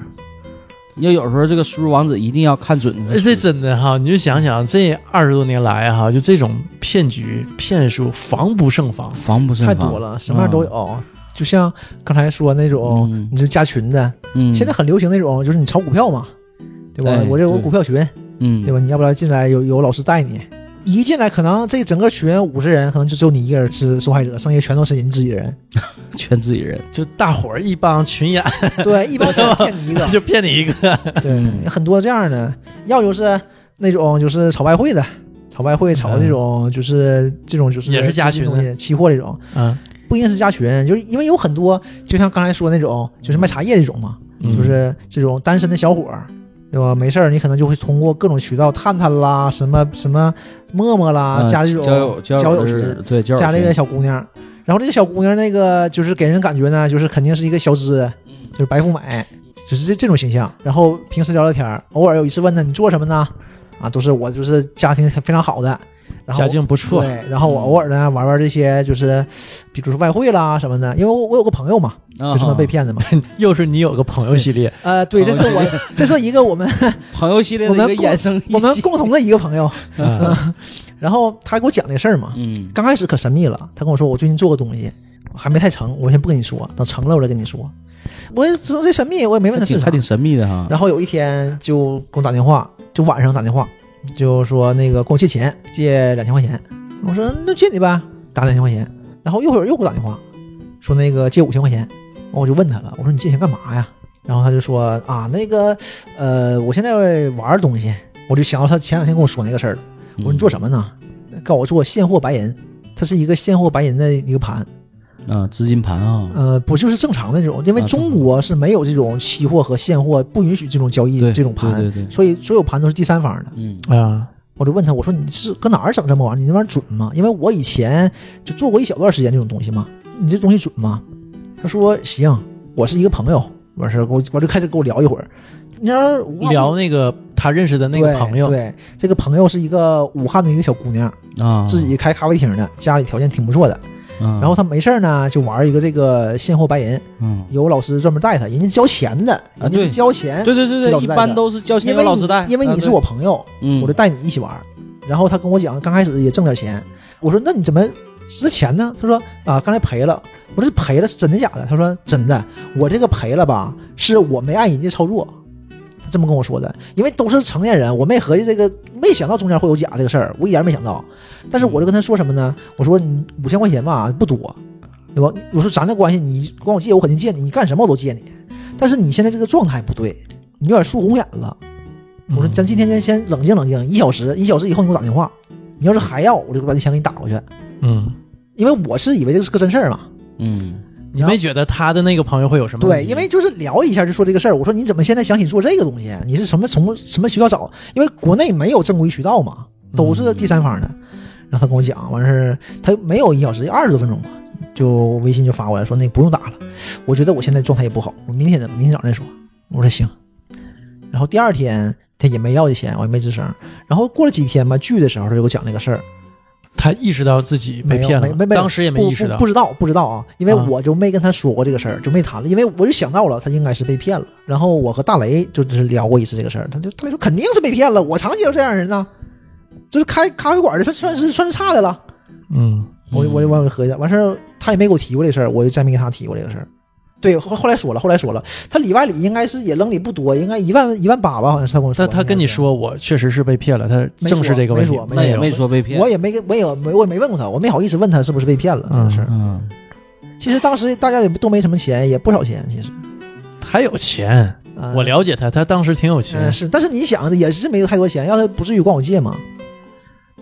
Speaker 2: 你要有时候这个输入网址一定要看准那
Speaker 1: 哎
Speaker 2: 个
Speaker 3: 呃
Speaker 2: 输入，
Speaker 1: 这真的哈，你就想想这二十多年来哈，就这种骗局骗术防不胜防。
Speaker 2: 防不胜
Speaker 3: 太
Speaker 2: 防，
Speaker 3: 多了，什么样
Speaker 2: 嗯
Speaker 3: 都有。就像刚才说那种，
Speaker 2: 嗯
Speaker 3: 你就加群的，
Speaker 2: 嗯，
Speaker 3: 哦现在很流行那种，就是你炒股票嘛，对吧
Speaker 2: 哎？
Speaker 3: 我这有个
Speaker 2: 对
Speaker 3: 股票群，
Speaker 2: 嗯，
Speaker 3: 对吧？你要不然进来有有老师带你，一进来可能这整个群五十人，可能就只有你一个人是受害者，剩下全都是你自己人。
Speaker 2: 全自己人，
Speaker 1: 就大伙儿一帮群演
Speaker 3: 对，一般是啊骗你
Speaker 1: ，
Speaker 3: 一个
Speaker 1: 就骗你一个，
Speaker 3: 对，很多这样的，要就是那种就是炒外汇的。炒外汇，炒这种就是这种就是
Speaker 1: 也是加群的
Speaker 3: 东西，期货这种
Speaker 1: 嗯，
Speaker 3: 不一定是加群，就是因为有很多，就像刚才说那种，就是卖茶叶这种嘛，
Speaker 2: 嗯
Speaker 3: 就是这种单身的小伙儿，对吧？没事儿，你可能就会通过各种渠道，探探啦，什么什么陌陌啦，
Speaker 2: 嗯
Speaker 3: 啊加这种
Speaker 2: 交友
Speaker 3: 交友
Speaker 2: 群
Speaker 3: 群，，
Speaker 2: 对交友
Speaker 3: 加这个
Speaker 2: 群
Speaker 3: 小姑娘。然后这个小姑娘那个就是给人感觉呢，就是肯定是一个小资，就是白富美，就是这这种形象。然后平时聊聊天儿，偶尔有一次问她你做什么呢？啊，都是我就是家庭非常好的，然后
Speaker 1: 家境不错，
Speaker 3: 对，然后我偶尔呢玩玩这些就是，比如说外汇啦什么的，因为我我有个朋友嘛，
Speaker 2: 啊
Speaker 3: 就这么被骗的嘛。
Speaker 1: 又是你有个朋友系列，
Speaker 3: 啊 呃，对，这是我这是一个我们
Speaker 2: 啊朋友系列的
Speaker 3: 我们
Speaker 2: 一个
Speaker 3: 共
Speaker 2: 衍生一
Speaker 3: 我们
Speaker 2: 期
Speaker 3: 共同 的一个朋友，
Speaker 1: 嗯
Speaker 3: 然后他给我讲这事儿嘛，
Speaker 2: 嗯
Speaker 3: 刚开始可神秘了，他跟我说我最近做个东西，还没太成，我先不跟你说，等成了我再跟你说。我也知道这神秘，我也没问
Speaker 2: 还
Speaker 3: 他
Speaker 2: 挺
Speaker 3: 是
Speaker 2: 还
Speaker 3: 啥。
Speaker 2: 挺神秘的哈，
Speaker 3: 然后有一天就给我打电话，就晚上打电话，就说那个跟我借钱，借两千块钱。我说那借你呗，打两千块钱。然后一会儿又给我打电话，说那个借五千块钱。我就问他了，我说你借钱干嘛呀？然后他就说啊，那个呃，我现在玩东西，我就想到他前两天跟我说那个事儿了。
Speaker 2: 嗯
Speaker 3: 我说你做
Speaker 2: 啥？
Speaker 3: 什么呢？告诉我做现货白银，它是一个现货白银的一个盘。
Speaker 2: 嗯，资金盘啊，
Speaker 3: 呃，不就是正常的这种？因为
Speaker 2: 啊
Speaker 3: 中国是没有这种期货和现货，不允许这种交易
Speaker 2: 对，
Speaker 3: 这种盘，
Speaker 2: 对对对，
Speaker 3: 所以所有盘都是第三方的。
Speaker 2: 嗯
Speaker 1: 啊，
Speaker 3: 我就问他，我说你是搁哪儿整这么玩意儿？你那玩意儿准吗？因为我以前就做过一小段时间这种东西嘛，你这东西准吗？他说行，我是一个朋友，完事儿给我我就开始跟我聊一会儿，你要是无话不
Speaker 1: 聊那个他认识的那个朋友，
Speaker 3: 对，对这个朋友是一个武汉的一个小姑娘，
Speaker 2: 啊，
Speaker 3: 自己开咖啡厅的，家里条件挺不错的。
Speaker 2: 嗯，
Speaker 3: 然后她没事儿呢，就玩一个这个现货白银，
Speaker 2: 嗯，
Speaker 3: 有老师专门带她，人家交钱的，人家
Speaker 2: 啊对
Speaker 3: 是交钱，
Speaker 2: 对对对
Speaker 3: 这老
Speaker 2: 对，一
Speaker 3: 师带
Speaker 2: 般
Speaker 3: 的
Speaker 2: 都是交钱
Speaker 3: 因
Speaker 2: 有
Speaker 3: 为
Speaker 2: 老师带，
Speaker 3: 因为
Speaker 2: 啊
Speaker 3: 你是我，朋友，
Speaker 2: 对嗯，
Speaker 3: 我就带你一起玩儿。然后他跟我讲，刚开始也挣点钱。我说那你怎么之前呢？他说啊，刚才赔了。我说赔了是真的假的？他说真的。我这个赔了吧，是我没按人家操作。他这么跟我说的，因为都是成年人，我没合计这个，没想到中间会有假这个事儿，我一点没想到。但是我就跟他说什么呢？我说你五千块钱吧，不多，对吧？我说咱这关系，你管我借，我肯定借你，你干什么我都借你。但是你现在这个状态不对，你有点输红眼了。我
Speaker 1: 嗯
Speaker 3: 说咱今天先先冷静冷静，一小时，一小时以后你给我打电话，你要是还要，我就把这钱给你打过去，
Speaker 1: 嗯，
Speaker 3: 因为我是以为这是个真事儿嘛。
Speaker 2: 嗯
Speaker 1: 你没觉得他的那个朋友会有什么问
Speaker 3: 对，
Speaker 1: 题？
Speaker 3: 因为就是聊一下就说这个事儿，我说你怎么现在想起做这个东西？你是什么从什么渠道找？因为国内没有正规渠道嘛，都是第三方的。
Speaker 1: 嗯
Speaker 3: 然后他跟我讲，完事儿他没有一小时，二十多分钟吧，就微信就发过来说那不用打了，我觉得我现在状态也不好，我明天的明天早上再说。我说行。然后第二天他也没要这钱，我也没吱声。然后过了几天吧，聚的时候他就给我讲这个事儿，
Speaker 1: 他意识到自己被
Speaker 3: 没有
Speaker 1: 骗了
Speaker 3: 没
Speaker 1: 吗，
Speaker 3: 没没有
Speaker 1: 当时也没
Speaker 3: 不
Speaker 1: 意识到
Speaker 3: 不，不知道不知道啊，因为
Speaker 1: 啊
Speaker 3: 我就没跟他说过这个事儿，就没谈了，因为我就想到了他应该是被骗了。然后我和大雷就只是聊过一次这个事儿，他就大雷说肯定是被骗了，我常接触这样的人呢，就是开咖啡馆的算算是算是差的了。
Speaker 1: 嗯
Speaker 3: 我就我就往里合计，完事儿他也没给我提过这事儿，我就再没跟他提过这个事儿。对，后后来说了，后来说了，他里外里应该是也扔里不多，应该一万一万八吧，好像是他跟我说。
Speaker 1: 他他跟你，说我确实是被骗了，他
Speaker 3: 没
Speaker 1: 正视
Speaker 3: 说
Speaker 1: 这个问题
Speaker 3: 没，说
Speaker 2: 那也
Speaker 1: 有
Speaker 2: 没说被骗，
Speaker 3: 我也没跟没有没我也没问过他，我没好意思问他是不是被骗了这个事儿。
Speaker 2: 嗯，
Speaker 3: 其实当时大家也都没什么钱，也不少钱，其实。
Speaker 1: 他有钱，
Speaker 3: 啊
Speaker 1: 我了解他，他当时挺有
Speaker 3: 嗯
Speaker 1: 钱，
Speaker 3: 是，但是你想也是没有太多钱，要他不至于管我借嘛。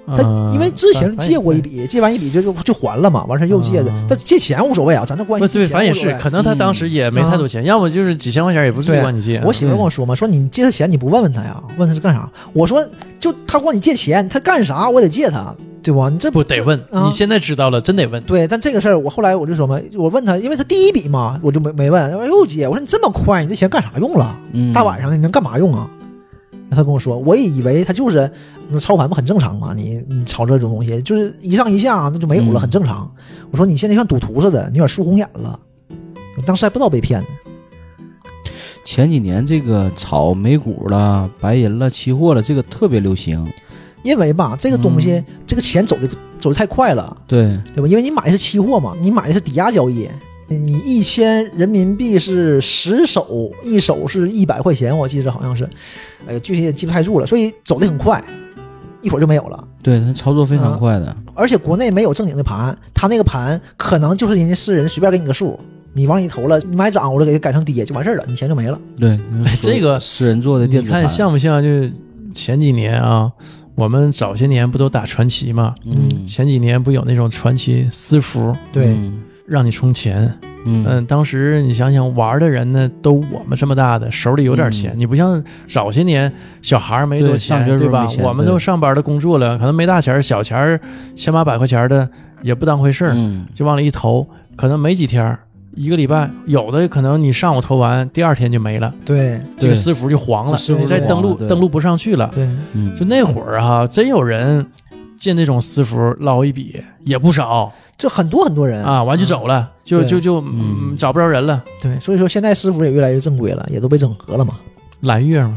Speaker 3: 他
Speaker 1: 嗯
Speaker 3: 因为之前
Speaker 1: 反
Speaker 3: 借过一，笔，借完一笔就就就还了嘛，完事儿又借的
Speaker 1: 嗯。
Speaker 3: 但借钱无所谓啊，咱这关
Speaker 1: 反
Speaker 3: 系
Speaker 1: 不对，
Speaker 3: 借钱
Speaker 1: 反正也
Speaker 3: 无所
Speaker 1: 是，
Speaker 3: 谓
Speaker 1: 可能他当时也没太多钱，要么就是几千块钱也不是
Speaker 3: 嗯对啊
Speaker 1: 管你借，嗯
Speaker 3: 我媳妇儿跟我说嘛，说你借他钱你不问问他呀？问他是干啥？我说就他管你借钱，他干啥我得借他，对吧？你这
Speaker 1: 不得问，
Speaker 3: 啊
Speaker 1: 你现在知道了，真得问，
Speaker 3: 对，但这个事儿我后来我就说嘛，我问他，因为他第一笔嘛，我就没没问，又借，我说你这么快，你这钱干啥用了？
Speaker 2: 嗯
Speaker 3: 大晚上的你能干嘛用啊？他跟我说，我也以为他就是那操盘不很正常吗？你你炒这种东西，就是一上一下那就没有了，
Speaker 2: 嗯
Speaker 3: 很正常。我说你现在像赌徒似的，你有点输红眼了。我当时还不知道被骗呢。
Speaker 2: 前几年这个炒美股了、白银了、期货了，这个特别流行。
Speaker 3: 因为吧，这个东西，
Speaker 2: 嗯
Speaker 3: 这个钱走的走的太快了，
Speaker 2: 对，
Speaker 3: 对吧？因为你买的是期货嘛，你买的是抵押交易，你一千人民币是十手，一手是一百块钱，我记着好像是，哎呀，具体也记不太住了，所以走的很快，一会儿就没有了。
Speaker 2: 对，它操作非
Speaker 3: 啊
Speaker 2: 常快的。
Speaker 3: 而且国内没有正经的盘，他那个盘可能就是人家私人随便给你个数，你往里投了，你买涨我就给它改成跌就完事儿了，你钱就没了。
Speaker 2: 对，
Speaker 1: 这个
Speaker 2: 私人做的
Speaker 1: 你
Speaker 2: 电子
Speaker 1: 看
Speaker 2: 盘，
Speaker 1: 像不像？就是前几年啊，我们早些年不都打传奇嘛？
Speaker 2: 嗯，
Speaker 1: 前几年不有那种传奇私服
Speaker 2: 嗯
Speaker 1: 让你充钱？
Speaker 2: 嗯
Speaker 1: 嗯，当时你想想玩的人呢，都我们这么大的，手里有点钱。
Speaker 2: 嗯
Speaker 1: 你不像早些年小孩儿没多
Speaker 2: 对
Speaker 1: 钱，
Speaker 2: 上学
Speaker 1: 对
Speaker 2: 时候
Speaker 1: 吧
Speaker 2: 没？钱
Speaker 1: 我们
Speaker 2: 对
Speaker 1: 都上班的工作了，可能没大钱儿，小钱儿千八百块钱儿的也不当回事儿，
Speaker 2: 嗯
Speaker 1: 就往里一投，可能没几天儿，一个礼拜，有的可能你上午投完，第二天就没了，
Speaker 3: 对
Speaker 1: 这个
Speaker 2: 对
Speaker 1: 私服就黄了，
Speaker 2: 私服
Speaker 1: 你再
Speaker 3: 就
Speaker 1: 登
Speaker 2: 黄了
Speaker 1: 录
Speaker 2: 对
Speaker 1: 登录不上去了。
Speaker 3: 对，
Speaker 2: 嗯，
Speaker 1: 就那会儿哈、真有人进那种私服捞一笔，也不少
Speaker 3: 就很多很多人
Speaker 1: 啊，完就走了，就
Speaker 3: 对
Speaker 1: 就就嗯
Speaker 2: 嗯
Speaker 1: 找不着人了。
Speaker 3: 对，所以说现在师傅也越来越正规了，也都被整合了嘛。
Speaker 1: 蓝月嘛，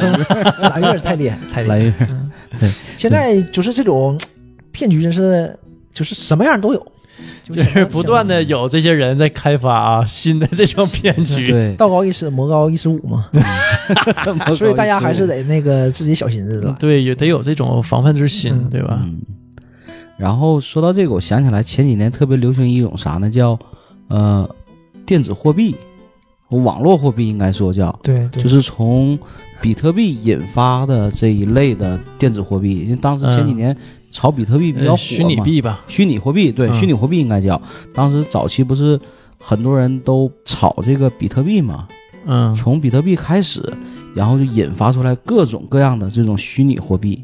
Speaker 3: 蓝月是太厉害，太厉害
Speaker 2: 来
Speaker 3: 了。
Speaker 2: 一份，
Speaker 3: 嗯
Speaker 2: 对
Speaker 3: 现在就是这种骗局，真是就是什么样都有，
Speaker 1: 就
Speaker 3: 什么
Speaker 1: 是 不断的有这些人在开发啊新的这种骗 局。
Speaker 2: 对，
Speaker 3: 道高一尺，魔高一尺五嘛。 所以大家还是得那个自己小心思了。
Speaker 1: 对，也得有这种防范之心，
Speaker 3: 嗯
Speaker 1: 对吧？
Speaker 2: 嗯。然后说到这个，我想起来前几年特别流行一种啥呢？叫呃电子货币，网络货币应该说叫，
Speaker 3: 对，对
Speaker 2: 就是从比特币引发的这一类的电子货币，因为当时前几年炒比特币比
Speaker 1: 呃
Speaker 2: 较火嘛，
Speaker 1: 虚拟币吧，
Speaker 2: 虚拟货币，对，
Speaker 1: 嗯
Speaker 2: 虚拟货币应该叫。当时早期不是很多人都炒这个比特币嘛，
Speaker 1: 嗯，
Speaker 2: 从比特币开始，然后就引发出来各种各样的这种虚拟货币。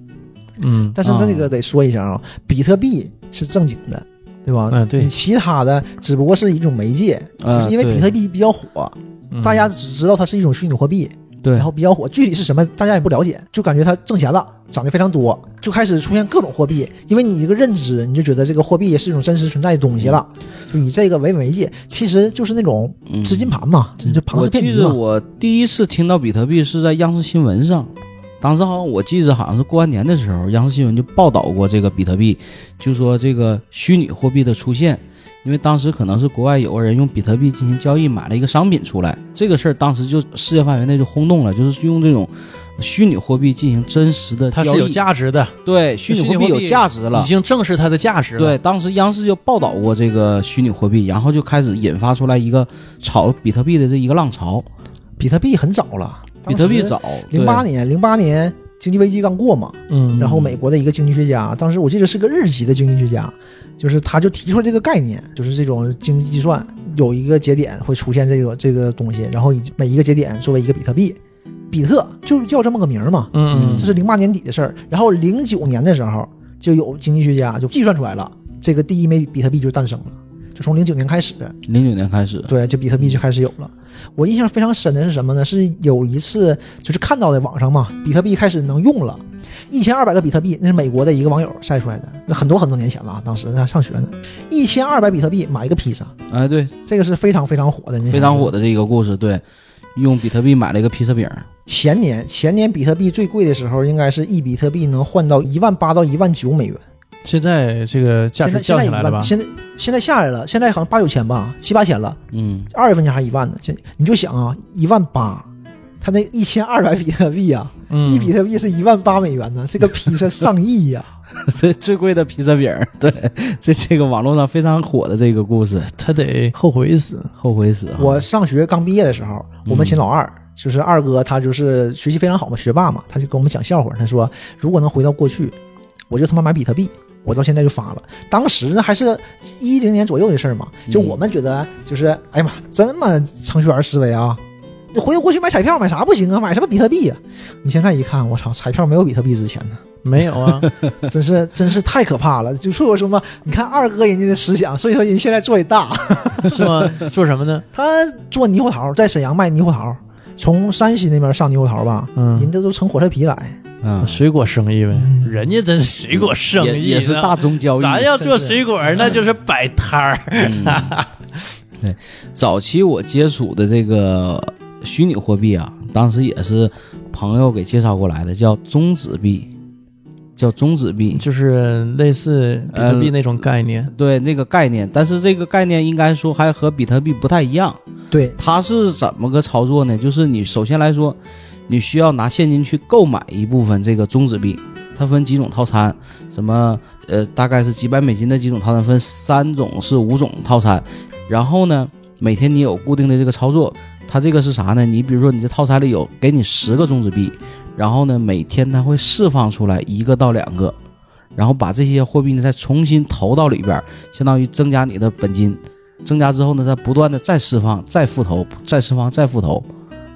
Speaker 1: 嗯，
Speaker 3: 但是这个得说一下啊，比特币是正经的，对吧？
Speaker 1: 嗯对
Speaker 3: 你其他的只不过是一种媒介，就
Speaker 2: 呃
Speaker 3: 是因为比特币比较火，
Speaker 1: 嗯
Speaker 3: 大家只知道它是一种虚拟货币，
Speaker 2: 对
Speaker 3: 然后比较火，具体是什么大家也不了解，就感觉它挣钱了，涨得非常多，就开始出现各种货币，因为你一个认知，你就觉得这个货币是一种真实存在的东西了，就以这个为媒介，其实就是那种
Speaker 2: 嗯
Speaker 3: 资金盘嘛，就庞氏骗
Speaker 2: 我
Speaker 3: 局
Speaker 2: 记得
Speaker 3: 嘛，
Speaker 2: 我第一次听到比特币是在央视新闻上，当时好像我记得好像是过完年的时候，央视新闻就报道过这个比特币，就说这个虚拟货币的出现。因为当时可能是国外有个人用比特币进行交易，买了一个商品出来，这个事儿当时就世界范围内就轰动了，就是用这种虚拟货币进行真实的
Speaker 1: 它
Speaker 2: 交
Speaker 1: 是
Speaker 2: 易，
Speaker 1: 有价值的，
Speaker 2: 对虚拟货
Speaker 1: 虚拟
Speaker 2: 币
Speaker 1: 货
Speaker 2: 有
Speaker 1: 币
Speaker 2: 价值了
Speaker 1: 已，经正视它的价值了。
Speaker 2: 对，，当时央视就报道过这个虚拟货币，然后就开始引发出来一个炒比特币的这一个浪潮。
Speaker 3: 比特币很早了，
Speaker 2: 比特币。早，
Speaker 3: 零八年，零八年经济危机刚过嘛，
Speaker 1: 嗯，
Speaker 3: 然后美国的一个经济学家，当时我记得是个日籍的经济学家，就是他就提出了这个概念，就是这种经济计算有一个节点会出现这个这个东西，然后以每一个节点作为一个比特币，比特就叫这么个名儿嘛。
Speaker 1: 嗯，嗯
Speaker 3: 这是零八年底的事儿，然后零九年的时候就有经济学家就计算出来了，这个第一枚比特币就诞生了，就从零九年开始，
Speaker 2: 零九年开始，
Speaker 3: 对，就比特币
Speaker 1: 嗯
Speaker 3: 就开始有了。我印象非常深的是什么呢？是有一次就是看到的网上嘛，比特币开始能用了，一千二百个比特币，那是美国的一个网友晒出来的，那很多很多年前了，啊当时还上学呢，一千二百比特币买一个披萨，
Speaker 2: 哎，对，
Speaker 3: 这个是非常非常火的，
Speaker 2: 非常火
Speaker 3: 的。
Speaker 2: 的这个故事，对，用比特币买了一个披萨饼，
Speaker 3: 前年前年比特币最贵的时候，应该是一比特币能换到一万八到一万九美元，
Speaker 1: 现在这个价
Speaker 3: 现
Speaker 1: 值降
Speaker 3: 在现在
Speaker 1: 下
Speaker 3: 一
Speaker 1: 来了吧
Speaker 3: 万，？现在现在下来了，现在好像八九千吧，七八千了。
Speaker 2: 嗯，
Speaker 3: 二月份前还一万呢，现你就想啊，一万八，他那一千二百比特币啊，
Speaker 1: 嗯，
Speaker 3: 一比特币是一万八美元 呢，这个披萨上亿呀、
Speaker 2: 最最贵的披萨饼，对，这这个网络上非常火的这个故事，
Speaker 1: 他得后悔死。
Speaker 2: 后悔死啊！嗯
Speaker 3: 我上学刚毕业的时候，我们寝老二、就是二哥，他就是学习非常好嘛，学霸嘛，他就跟我们讲笑话，他说如果能回到过去，我就他妈买比特币。我到现在就发了，当时呢还是一零年左右的事儿嘛，就
Speaker 2: 嗯
Speaker 3: 我们觉得就是，哎呀妈，这么程序员思维啊，你回到过去买彩票买啥不行啊，买什么比特币呀、你现在一看，我操，彩票没有比特币值钱呢。
Speaker 1: 没有 啊，
Speaker 3: 真是真是太可怕了！就所以我说嘛，你看二哥人家的思想，所以说人家现在做也大。
Speaker 1: 是吗？做什么呢？
Speaker 3: 他做猕猴桃，在沈阳卖猕猴桃，从山西那边上猕猴桃吧，人
Speaker 1: 嗯，
Speaker 3: 家都成火车皮来。
Speaker 2: 嗯，
Speaker 1: 水果生意呗，
Speaker 3: 嗯
Speaker 1: 人家真是水果生意呢
Speaker 2: 也也是大宗交易，
Speaker 1: 咱要做
Speaker 3: 真是
Speaker 1: 水果儿，那就是摆摊儿。
Speaker 2: 嗯，对，早期我接触的这个虚拟货币啊，当时也是朋友给介绍过来的，叫中子币，叫中子币，
Speaker 1: 就是类似比特
Speaker 2: 呃
Speaker 1: 币那种概念，
Speaker 2: 对那个概念。但是这个概念应该说还和比特币不太一样，
Speaker 3: 对，
Speaker 2: 它是怎么个操作呢？就是你首先来说，你需要拿现金去购买一部分这个中子币。它分几种套餐，什么呃，大概是几百美金的几种套餐，分三种是五种套餐。然后呢，每天你有固定的这个操作，它这个是啥呢？你比如说你这套餐里有给你十个中子币，然后呢，每天它会释放出来一个到两个，然后把这些货币呢再重新投到里边儿，相当于增加你的本金。增加之后呢，再不断的再释放、再复投、再释放、再复投，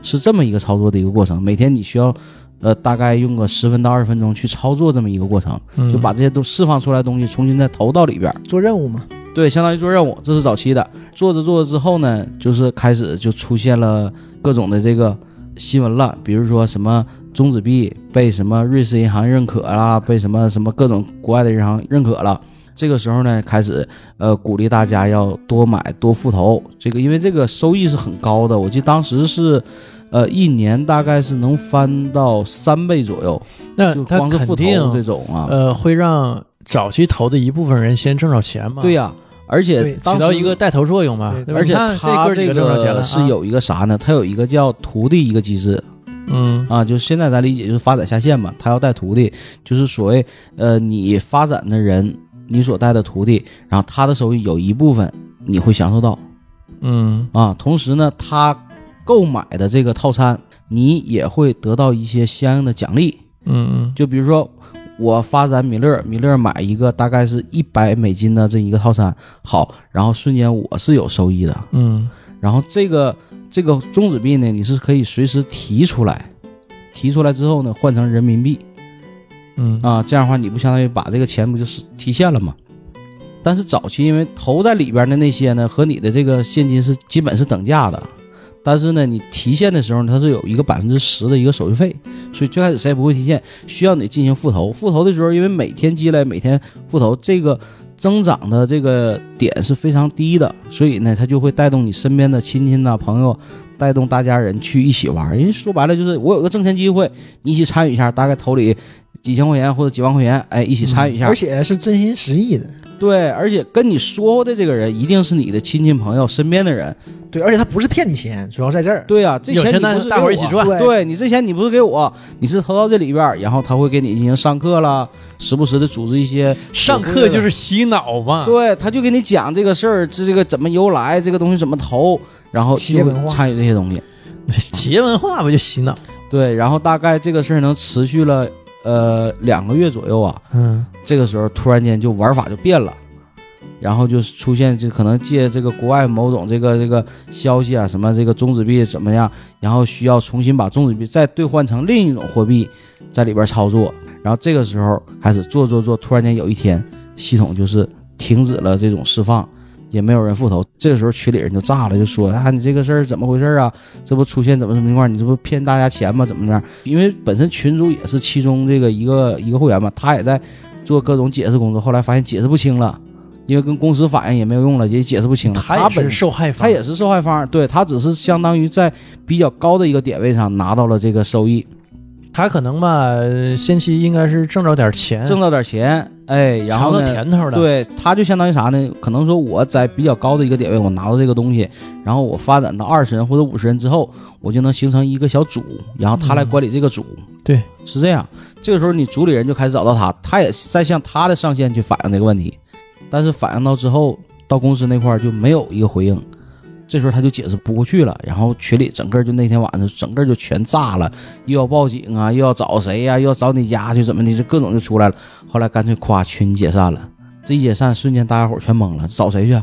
Speaker 2: 是这么一个操作的一个过程。每天你需要，呃，大概用个十分到二十分钟去操作这么一个过程，
Speaker 1: 嗯
Speaker 2: 就把这些都释放出来的东西重新再投到里边儿。
Speaker 3: 做任务嘛，
Speaker 2: 对，相当于做任务，这是早期的。做着做着之后呢，就是开始就出现了各种的这个新闻了，比如说什么中子币被什么瑞士银行认可啦，被什么什么各种国外的银行认可了。这个时候呢，开始呃鼓励大家要多买多复投，这个因为这个收益是很高的，我记得当时是，呃一年大概是能翻到三倍左右，
Speaker 1: 那
Speaker 2: 就
Speaker 1: 他
Speaker 2: 光是
Speaker 1: 呃肯
Speaker 2: 复投
Speaker 1: 定
Speaker 2: 这种啊，
Speaker 1: 呃会让早期投的一部分人先挣着钱嘛，
Speaker 2: 对呀、而
Speaker 3: 对
Speaker 2: 且
Speaker 3: 起
Speaker 2: 当
Speaker 1: 起
Speaker 2: 时
Speaker 1: 到一个带头作用嘛
Speaker 3: 对。
Speaker 1: 对吧
Speaker 2: 而且
Speaker 1: 你看
Speaker 2: 它
Speaker 1: 这哥几
Speaker 2: 这
Speaker 1: 个挣着钱了
Speaker 2: 个
Speaker 1: 啊
Speaker 2: 是有一个啥呢？它有一个叫徒弟一个机制
Speaker 1: 嗯
Speaker 2: 啊，就是现在咱理解就是发展下线嘛，它要带徒弟，就是所谓呃你发展的人，你所带的徒弟，然后他的收益有一部分你会享受到
Speaker 1: 嗯
Speaker 2: 啊，同时呢，他购买的这个套餐，你也会得到一些相应的奖励。
Speaker 1: 嗯
Speaker 2: 就比如说，我发咱米勒，米勒买一个大概是一百美金的这一个套餐，好，然后瞬间我是有收益的。
Speaker 1: 嗯
Speaker 2: 然后这个这个中子币呢，你是可以随时提出来，提出来之后呢，换成人民币
Speaker 1: 嗯
Speaker 2: 啊，这样的话你不相当于把这个钱不就是提现了吗？但是早期因为投在里边的那些呢，和你的这个现金是基本是等价的，但是呢，你提现的时候呢它是有一个百分之十的一个手续费，所以最开始谁也不会提现，需要你进行复投。复投的时候，因为每天积累，每天复投，这个增长的这个点是非常低的，所以呢，它就会带动你身边的亲戚呐、朋友，带动大家人去一起玩儿。因为说白了就是我有个挣钱机会，你一起参与一下，大概投里几千块钱或者几万块钱，哎，一起参与一下。
Speaker 1: 嗯
Speaker 3: 而且是真心实意的，
Speaker 2: 对，而且跟你说的这个人一定是你的亲戚朋友身边的人。
Speaker 3: 对，而且他不是骗你钱，主要在这儿。
Speaker 2: 对啊，这
Speaker 1: 有
Speaker 2: 钱
Speaker 1: 钱
Speaker 2: 你不
Speaker 1: 咱
Speaker 2: 是
Speaker 1: 大
Speaker 2: 给
Speaker 1: 伙儿一
Speaker 2: 我
Speaker 1: 起赚
Speaker 3: 对
Speaker 2: 对你这钱你不是给我，你是投到这里边儿，然后他会给你进行上课啦，时不时的组织一些
Speaker 1: 上课就是洗脑嘛。
Speaker 3: 啊
Speaker 2: 对，他就给你讲这个事儿，这这个怎么由来，这个东西怎么投，然后
Speaker 3: 企业
Speaker 2: 就
Speaker 3: 文化
Speaker 2: 参与这些东西。
Speaker 1: 企业文化不就洗脑？
Speaker 2: 对，然后大概这个事儿能持续了呃两个月左右啊，
Speaker 1: 嗯
Speaker 2: 这个时候突然间就玩法就变了。然后就是出现，就可能借这个国外某种这个这个消息啊，什么这个中子币怎么样，然后需要重新把中子币再兑换成另一种货币，在里边操作。然后这个时候开始做做做，突然间有一天系统就是停止了这种释放，也没有人复投。这个时候群里人就炸了，就说啊你这个事儿怎么回事啊？这不出现怎么什么情况？你这不骗大家钱吗？怎么怎么样？因为本身群主也是其中这个一个一个会员嘛，他也在做各种解释工作，后来发现解释不清了。因为跟公司反映也没有用了，也解释不清了。
Speaker 1: 他也
Speaker 2: 本
Speaker 1: 是受害方，
Speaker 2: 他也是受害方，对他只是相当于在比较高的一个点位上拿到了这个收益，
Speaker 1: 他可能吧，呃先期应该是挣着点钱，
Speaker 2: 挣到点钱，哎，然
Speaker 1: 尝
Speaker 2: 后
Speaker 1: 到
Speaker 2: 呢，
Speaker 1: 甜头了。，
Speaker 2: 对，他就相当于啥呢？可能说我在比较高的一个点位，我拿到这个东西，然后我发展到二十人或者五十人之后，我就能形成一个小组，然后他来管理这个组。
Speaker 1: 对，
Speaker 2: 是这样。这个时候你组里人就开始找到他，他也在向他的上线去反映这个问题，但是反映到之后，到公司那块儿就没有一个回应。这时候他就解释不过去了，然后群里整个就那天晚上整个就全炸了，又要报警啊，又要找谁呀、又要找你家去怎么的，这各种就出来了。后来干脆夸群解散了。这一解散，瞬间大家伙儿全懵了，找谁去啊？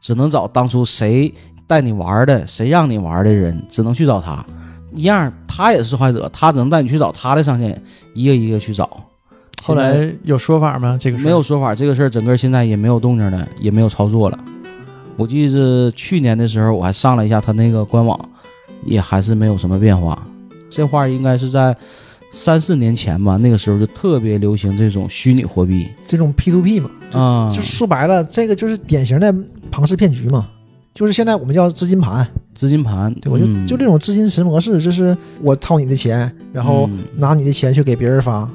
Speaker 2: 只能找当初谁带你玩儿的，谁让你玩儿的人，只能去找他。一样，他也是受害者，他只能带你去找他的上线，一个一个去找。
Speaker 1: 后来有说法吗？这个事儿
Speaker 2: 没有，说法，这个事儿整个现在也没有动静了，也没有操作了。我记得去年的时候，我还上了一下他那个官网，也还是没有什么变化。这话应该是在三四年前吧，那个时候就特别流行这种虚拟货币
Speaker 3: 这种 P to P 嘛，
Speaker 2: 啊，
Speaker 3: 就是说白了，这个就是典型的庞氏骗局嘛。就是现在我们叫资金盘，
Speaker 2: 资金盘。
Speaker 3: 对我就
Speaker 2: 嗯
Speaker 3: 就这种资金池模式，就是我套你的钱，然后
Speaker 2: 嗯
Speaker 3: 拿你的钱去给别人发，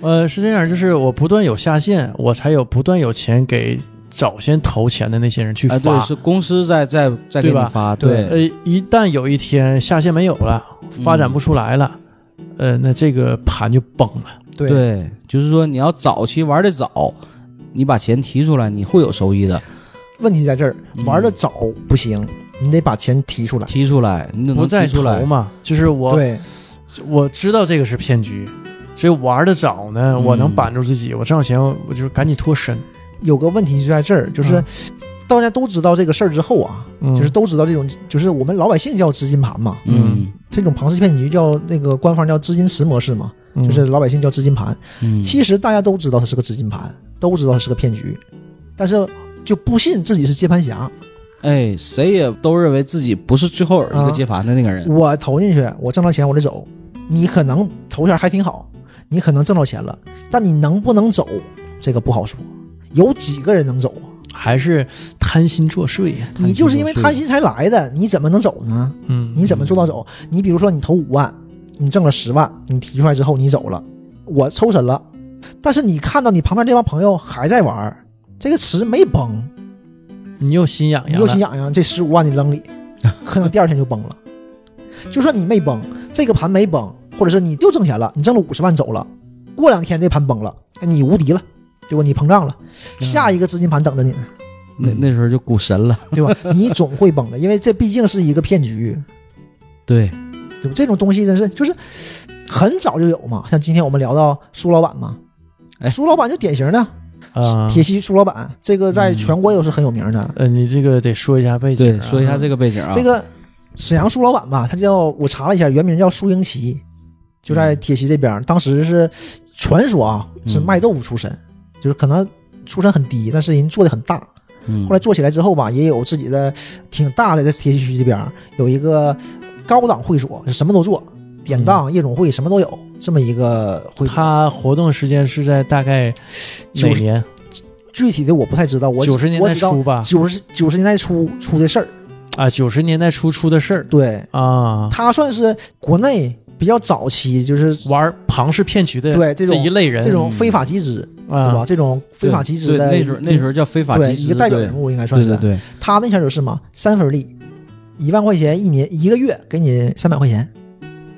Speaker 1: 呃，是这样，就是我不断有下线，我才有不断有钱给早先投钱的那些人去
Speaker 2: 哎，对，
Speaker 1: 发。
Speaker 2: 是公司在在在
Speaker 1: 对
Speaker 2: 给你
Speaker 1: 吧
Speaker 2: 发，
Speaker 3: 哎
Speaker 1: 呃，一旦有一天下线没有了，发
Speaker 2: 嗯
Speaker 1: 展不出来了，呃，那这个盘就崩了。
Speaker 3: 对，
Speaker 2: 对，就是说你要早期玩的早，你把钱提出来，你会有收益的。
Speaker 3: 问题在这儿，
Speaker 2: 嗯
Speaker 3: 玩的早不行，你得把钱提出来。
Speaker 2: 提出来，你得
Speaker 1: 不
Speaker 2: 能
Speaker 1: 再
Speaker 2: 提出来
Speaker 1: 投。嘛，就是我
Speaker 3: 对，
Speaker 1: 我知道这个是骗局，所以玩的早呢，我能
Speaker 2: 嗯
Speaker 1: 板住自己，我挣到钱，我我就赶紧脱身。
Speaker 3: 有个问题就在这儿，就是、
Speaker 1: 嗯
Speaker 3: 大家都知道这个事儿之后啊，
Speaker 1: 嗯
Speaker 3: 就是都知道这种，就是我们老百姓叫资金盘嘛，
Speaker 2: 嗯，
Speaker 3: 这种庞氏骗局叫那个官方叫资金池模式嘛，
Speaker 1: 嗯
Speaker 3: 就是老百姓叫资金盘。
Speaker 2: 嗯
Speaker 3: 其实大家都知道它是个资金盘，都知道它是个骗局，但是就不信自己是接盘侠。
Speaker 2: 哎，谁也都认为自己不是最后
Speaker 3: 啊
Speaker 2: 一个接盘的那个人。
Speaker 3: 我投进去，我挣到钱我得走，你可能头衔还挺好，你可能挣到钱了，但你能不能走，这个不好说。有几个人能走啊？
Speaker 1: 还是贪心作祟呀。
Speaker 3: 你就是因为贪心才来的，你怎么能走呢？
Speaker 1: 嗯，
Speaker 3: 你怎么做到走？你比如说你投五万，你挣了十万，你提出来之后你走了，我抽身了，但是你看到你旁边这帮朋友还在玩儿，这个池没崩，
Speaker 1: 你又心痒
Speaker 3: 你
Speaker 1: 痒
Speaker 3: 又
Speaker 1: 了，
Speaker 3: 心痒痒，这十五万你 扔里，可能第二天就崩了。就算你没崩，这个盘没崩，或者是你又挣钱了，你挣了五十万走了，过两天这盘崩了，哎你无敌了，对吧？你膨胀了，
Speaker 1: 嗯
Speaker 3: 下一个资金盘等着你呢，
Speaker 2: 那那时候就股神了。
Speaker 3: 啊对吧？你总会崩的，因为这毕竟是一个骗局。
Speaker 2: 对，
Speaker 3: 对吧？这种东西真是就是很早就有嘛，像今天我们聊到苏老板嘛，
Speaker 2: 哎
Speaker 3: 苏老板就典型的、
Speaker 1: 啊，
Speaker 3: 铁西苏老板，这个在
Speaker 2: 嗯啊
Speaker 3: 全国也是很有名的。
Speaker 1: 呃，你这个得说一下背景
Speaker 2: 对，
Speaker 1: 啊，
Speaker 2: 说一下这个背景啊，
Speaker 3: 这个沈阳苏老板吧，他叫我查了一下，原名叫苏英奇，就在铁西这边儿。当时是传说啊，是
Speaker 2: 嗯
Speaker 3: 卖豆腐出身，就是可能出身很低，但是人做的很大。
Speaker 2: 嗯
Speaker 3: 后来做起来之后吧，也有自己的挺大的，在铁西区这边儿有一个高档会所，什么都做，典当、夜总会什么都有，这么一个会所。
Speaker 1: 他活动时间是在大概哪
Speaker 3: 90
Speaker 1: 年？
Speaker 3: 具体的我不太知道，我
Speaker 1: 九十年
Speaker 3: 我
Speaker 1: 代
Speaker 3: 知道
Speaker 1: 初吧？
Speaker 3: 九十九十年代初出的事儿，
Speaker 1: 啊，九十年代初出的事儿
Speaker 3: 对
Speaker 1: 啊，
Speaker 3: 他算是国内比较早期，就是
Speaker 1: 玩庞氏骗局的
Speaker 3: 对这种
Speaker 1: 一类人，
Speaker 3: 这种非法集资，对吧？
Speaker 1: 啊，
Speaker 3: 这种非法集资的
Speaker 2: 对那时候那时候叫非法
Speaker 3: 对
Speaker 2: 集
Speaker 3: 一
Speaker 2: 资，
Speaker 3: 个代表
Speaker 2: 对
Speaker 3: 人物应该算
Speaker 2: 对
Speaker 3: 是。
Speaker 2: 对对，
Speaker 3: 他那前就是嘛，三分利，一万块钱一年一个月给你三百块钱，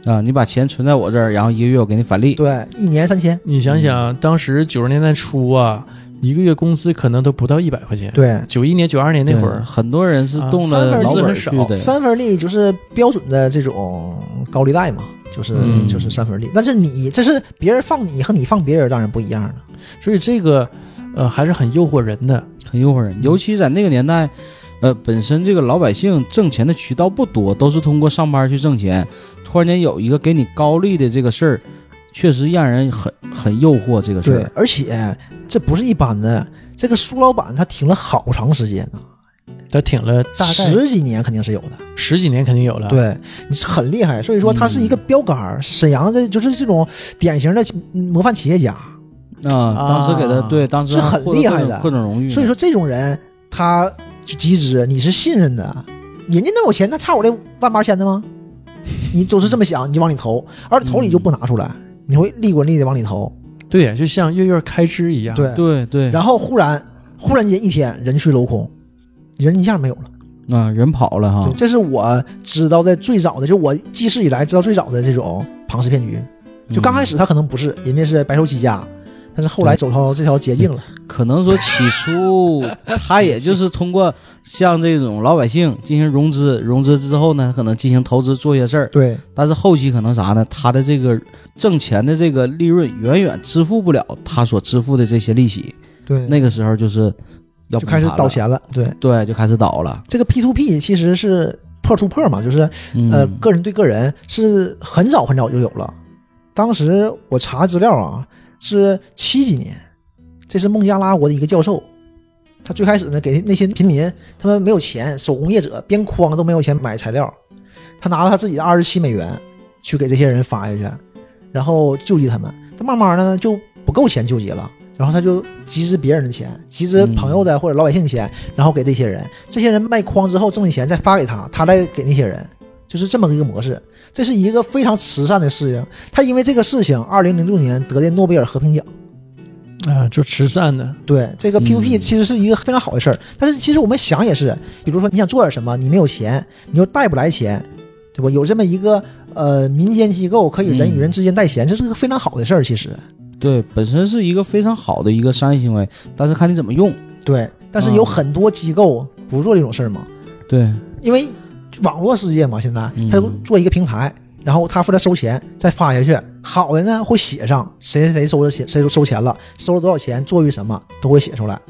Speaker 2: 啊，你把钱存在我这儿，然后一个月我给你返利，
Speaker 3: 对，一年三千，
Speaker 1: 你想
Speaker 3: 嗯
Speaker 1: 想，当时九十年代初啊，一个月工资可能都不到一百块钱。
Speaker 3: 对。
Speaker 1: 九一年、九二年那
Speaker 2: 对
Speaker 1: 会儿，
Speaker 2: 很多人是
Speaker 1: 啊
Speaker 2: 动
Speaker 1: 三
Speaker 2: 了
Speaker 1: 分
Speaker 2: 老
Speaker 1: 资
Speaker 2: 本
Speaker 1: 很
Speaker 2: 儿
Speaker 1: 少
Speaker 2: 去的，
Speaker 3: 三分利就是标准的这种高利贷嘛，就是、
Speaker 1: 嗯
Speaker 3: 就是三分利。但是你这是别人放你和你放别人当然不一样了。
Speaker 1: 所以这个呃还是很诱惑人的。
Speaker 2: 很诱惑人，尤其在那个年代，呃，本身这个老百姓挣钱的渠道不多，都是通过上班去挣钱。突然间有一个给你高利的这个事儿，确实让人很很诱惑这个事
Speaker 3: 对
Speaker 2: 儿。，
Speaker 3: 而且这不是一般的，这个苏老板他停了好长时间呢，
Speaker 1: 他挺了大概啊
Speaker 3: 十几年肯定是有的。
Speaker 1: 十几年，肯定有了。，
Speaker 3: 对，你是很厉害，所以说他是一个
Speaker 1: 嗯
Speaker 3: 标杆儿。沈阳的就是这种典型的模范企业家，
Speaker 2: 啊、当时给他、
Speaker 1: 啊
Speaker 2: 对，当时
Speaker 3: 是很
Speaker 2: 获得
Speaker 3: 厉害
Speaker 2: 各种
Speaker 3: 的
Speaker 2: 各种荣誉。
Speaker 3: 所以说这种人他就集资，你是信任的，啊人家那么有钱，那差我这万八千的吗？你总是这么想，你就往里投，而投你就不拿出
Speaker 2: 嗯
Speaker 3: 来，你会利滚利的往里投，
Speaker 1: 对，就像月月开支一样。，
Speaker 3: 对，
Speaker 2: 啊对对，
Speaker 3: 然后忽然忽然间一天人去楼空，人一下没有了。
Speaker 2: 啊、人跑了哈
Speaker 3: 对，，这是我知道的最早的，就我记事以来知道最早的这种庞氏骗局。
Speaker 2: 嗯
Speaker 3: 就刚开始他可能不是，人家是白手起家，但是后来走到这条捷径了。
Speaker 2: 嗯可能说起 初他也就是通过向这种老百姓进行融资，融资之后呢，可能进行投资做一些事儿，
Speaker 3: 对
Speaker 2: 但是后期可能啥呢？他的这个挣钱的这个利润远远支付不了他所支付的这些利息，
Speaker 3: 对
Speaker 2: 那个时候就是要
Speaker 3: 就开始
Speaker 2: 崩盘了
Speaker 3: 倒，钱了。对，
Speaker 2: 对，就开始倒了。
Speaker 3: 这个 P to P 其实是 p 突破嘛，就是
Speaker 2: 嗯、
Speaker 3: 呃个人对个人是很早很早就有了。当时我查资料啊，是七几年，这是孟加拉国的一个教授，他最开始呢给那些平民，他们没有钱，手工业者编筐都没有钱买材料，他拿了他自己的二十七美元去给这些人发下去，然后救济他们。他慢慢的呢就不够钱救济了，然后他就集资别人的钱，集资朋友的或者老百姓钱，然后给这些人，这些人卖筐之后挣的钱再发给他，他再给那些人，就是这么个一个模式。这是一个非常慈善的事情。他因为这个事情，二零零六年得的诺贝尔和平奖。
Speaker 1: 啊，就慈善的。
Speaker 3: 对，这个 P to P
Speaker 2: 嗯
Speaker 3: 其实是一个非常好的事儿，但是其实我们想也是，比如说你想做点什么，你没有钱，你又带不来钱，对吧？有这么一个呃民间机构可以人与人之间带钱，这是个非常好的事儿。其实
Speaker 2: 对，本身是一个非常好的一个商业行为，但是看你怎么用。
Speaker 3: 对，但是有很多机构不做这种事儿嘛，
Speaker 2: 对，
Speaker 3: 因为网络世界嘛，现在
Speaker 2: 嗯
Speaker 3: 他就做一个平台，然后他负责收钱，再发下去。好的呢会写上谁谁谁收了钱，谁收收钱了，收了多少钱，做于什么都会写出来。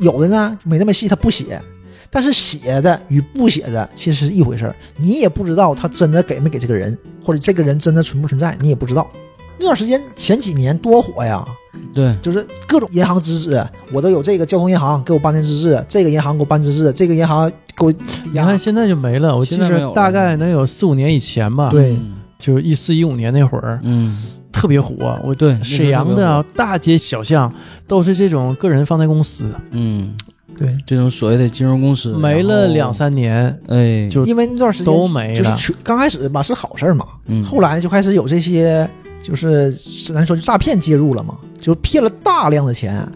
Speaker 3: 有的呢没那么细，他不写，但是写的与不写的其实是一回事儿。你也不知道他真的给没给这个人，或者这个人真的存不存在，你也不知道。那段时间前几年多火呀，
Speaker 2: 对，
Speaker 3: 就是各种银行资质，我都有这个交通银行给我办的资质，这个银行给我办资质，这个银行给我
Speaker 1: 你看现在就没了，我记
Speaker 2: 现在没有
Speaker 1: 得
Speaker 2: 了
Speaker 1: 大概能有四五年以前吧，
Speaker 3: 对
Speaker 2: 嗯
Speaker 1: 就一四一五年那会儿
Speaker 2: 嗯，
Speaker 1: 特别火。我
Speaker 2: 对，
Speaker 1: 沈阳的啊大街小巷都是这种个人放贷公司，
Speaker 2: 嗯，
Speaker 3: 对，
Speaker 2: 这种所谓的金融公司
Speaker 1: 没了两，三年
Speaker 2: 然后哎，
Speaker 1: 就
Speaker 3: 因为那段时间
Speaker 1: 都没
Speaker 3: 就是
Speaker 1: 了。
Speaker 3: 去刚开始吧是好事儿嘛，
Speaker 2: 嗯
Speaker 3: 后来就开始有这些就是咱说就诈骗介入了嘛，就骗了大量的钱，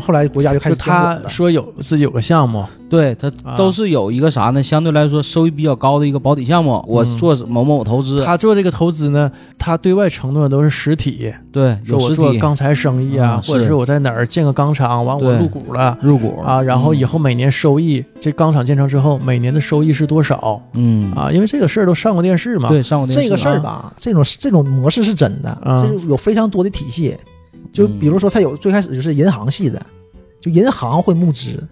Speaker 3: 后来国家就开
Speaker 1: 就
Speaker 3: 始监管
Speaker 1: 他
Speaker 3: 了。
Speaker 1: 说有自己有个项目，
Speaker 2: 对他
Speaker 1: 啊
Speaker 2: 都是有一个啥呢？相对来说收益比较高的一个保底项目，我
Speaker 1: 嗯
Speaker 2: 做某某投资，
Speaker 1: 他做这个投资呢，他对外承诺的都是实体，
Speaker 2: 对
Speaker 1: 说
Speaker 2: 有
Speaker 1: 我
Speaker 2: 实
Speaker 1: 做
Speaker 2: 体
Speaker 1: 钢材生意啊，
Speaker 2: 嗯
Speaker 1: 或者
Speaker 2: 是
Speaker 1: 是我在哪儿建个钢厂，完我
Speaker 2: 对
Speaker 1: 入股了
Speaker 2: 入
Speaker 3: 嗯
Speaker 2: 股嗯
Speaker 1: 啊，然后以
Speaker 2: 也
Speaker 1: 后每年收益，这钢厂建成之后每年的收益是多少
Speaker 2: 嗯
Speaker 1: 啊？因为这个事儿都上过电视嘛。
Speaker 2: 对上过电视
Speaker 3: 这个事儿
Speaker 2: 啊
Speaker 3: 吧，这种这种模式是真的，
Speaker 1: 啊
Speaker 3: 这有非常多的体系。就
Speaker 2: 嗯
Speaker 3: 比如说，它有最开始就是银行系的，就银行会募资，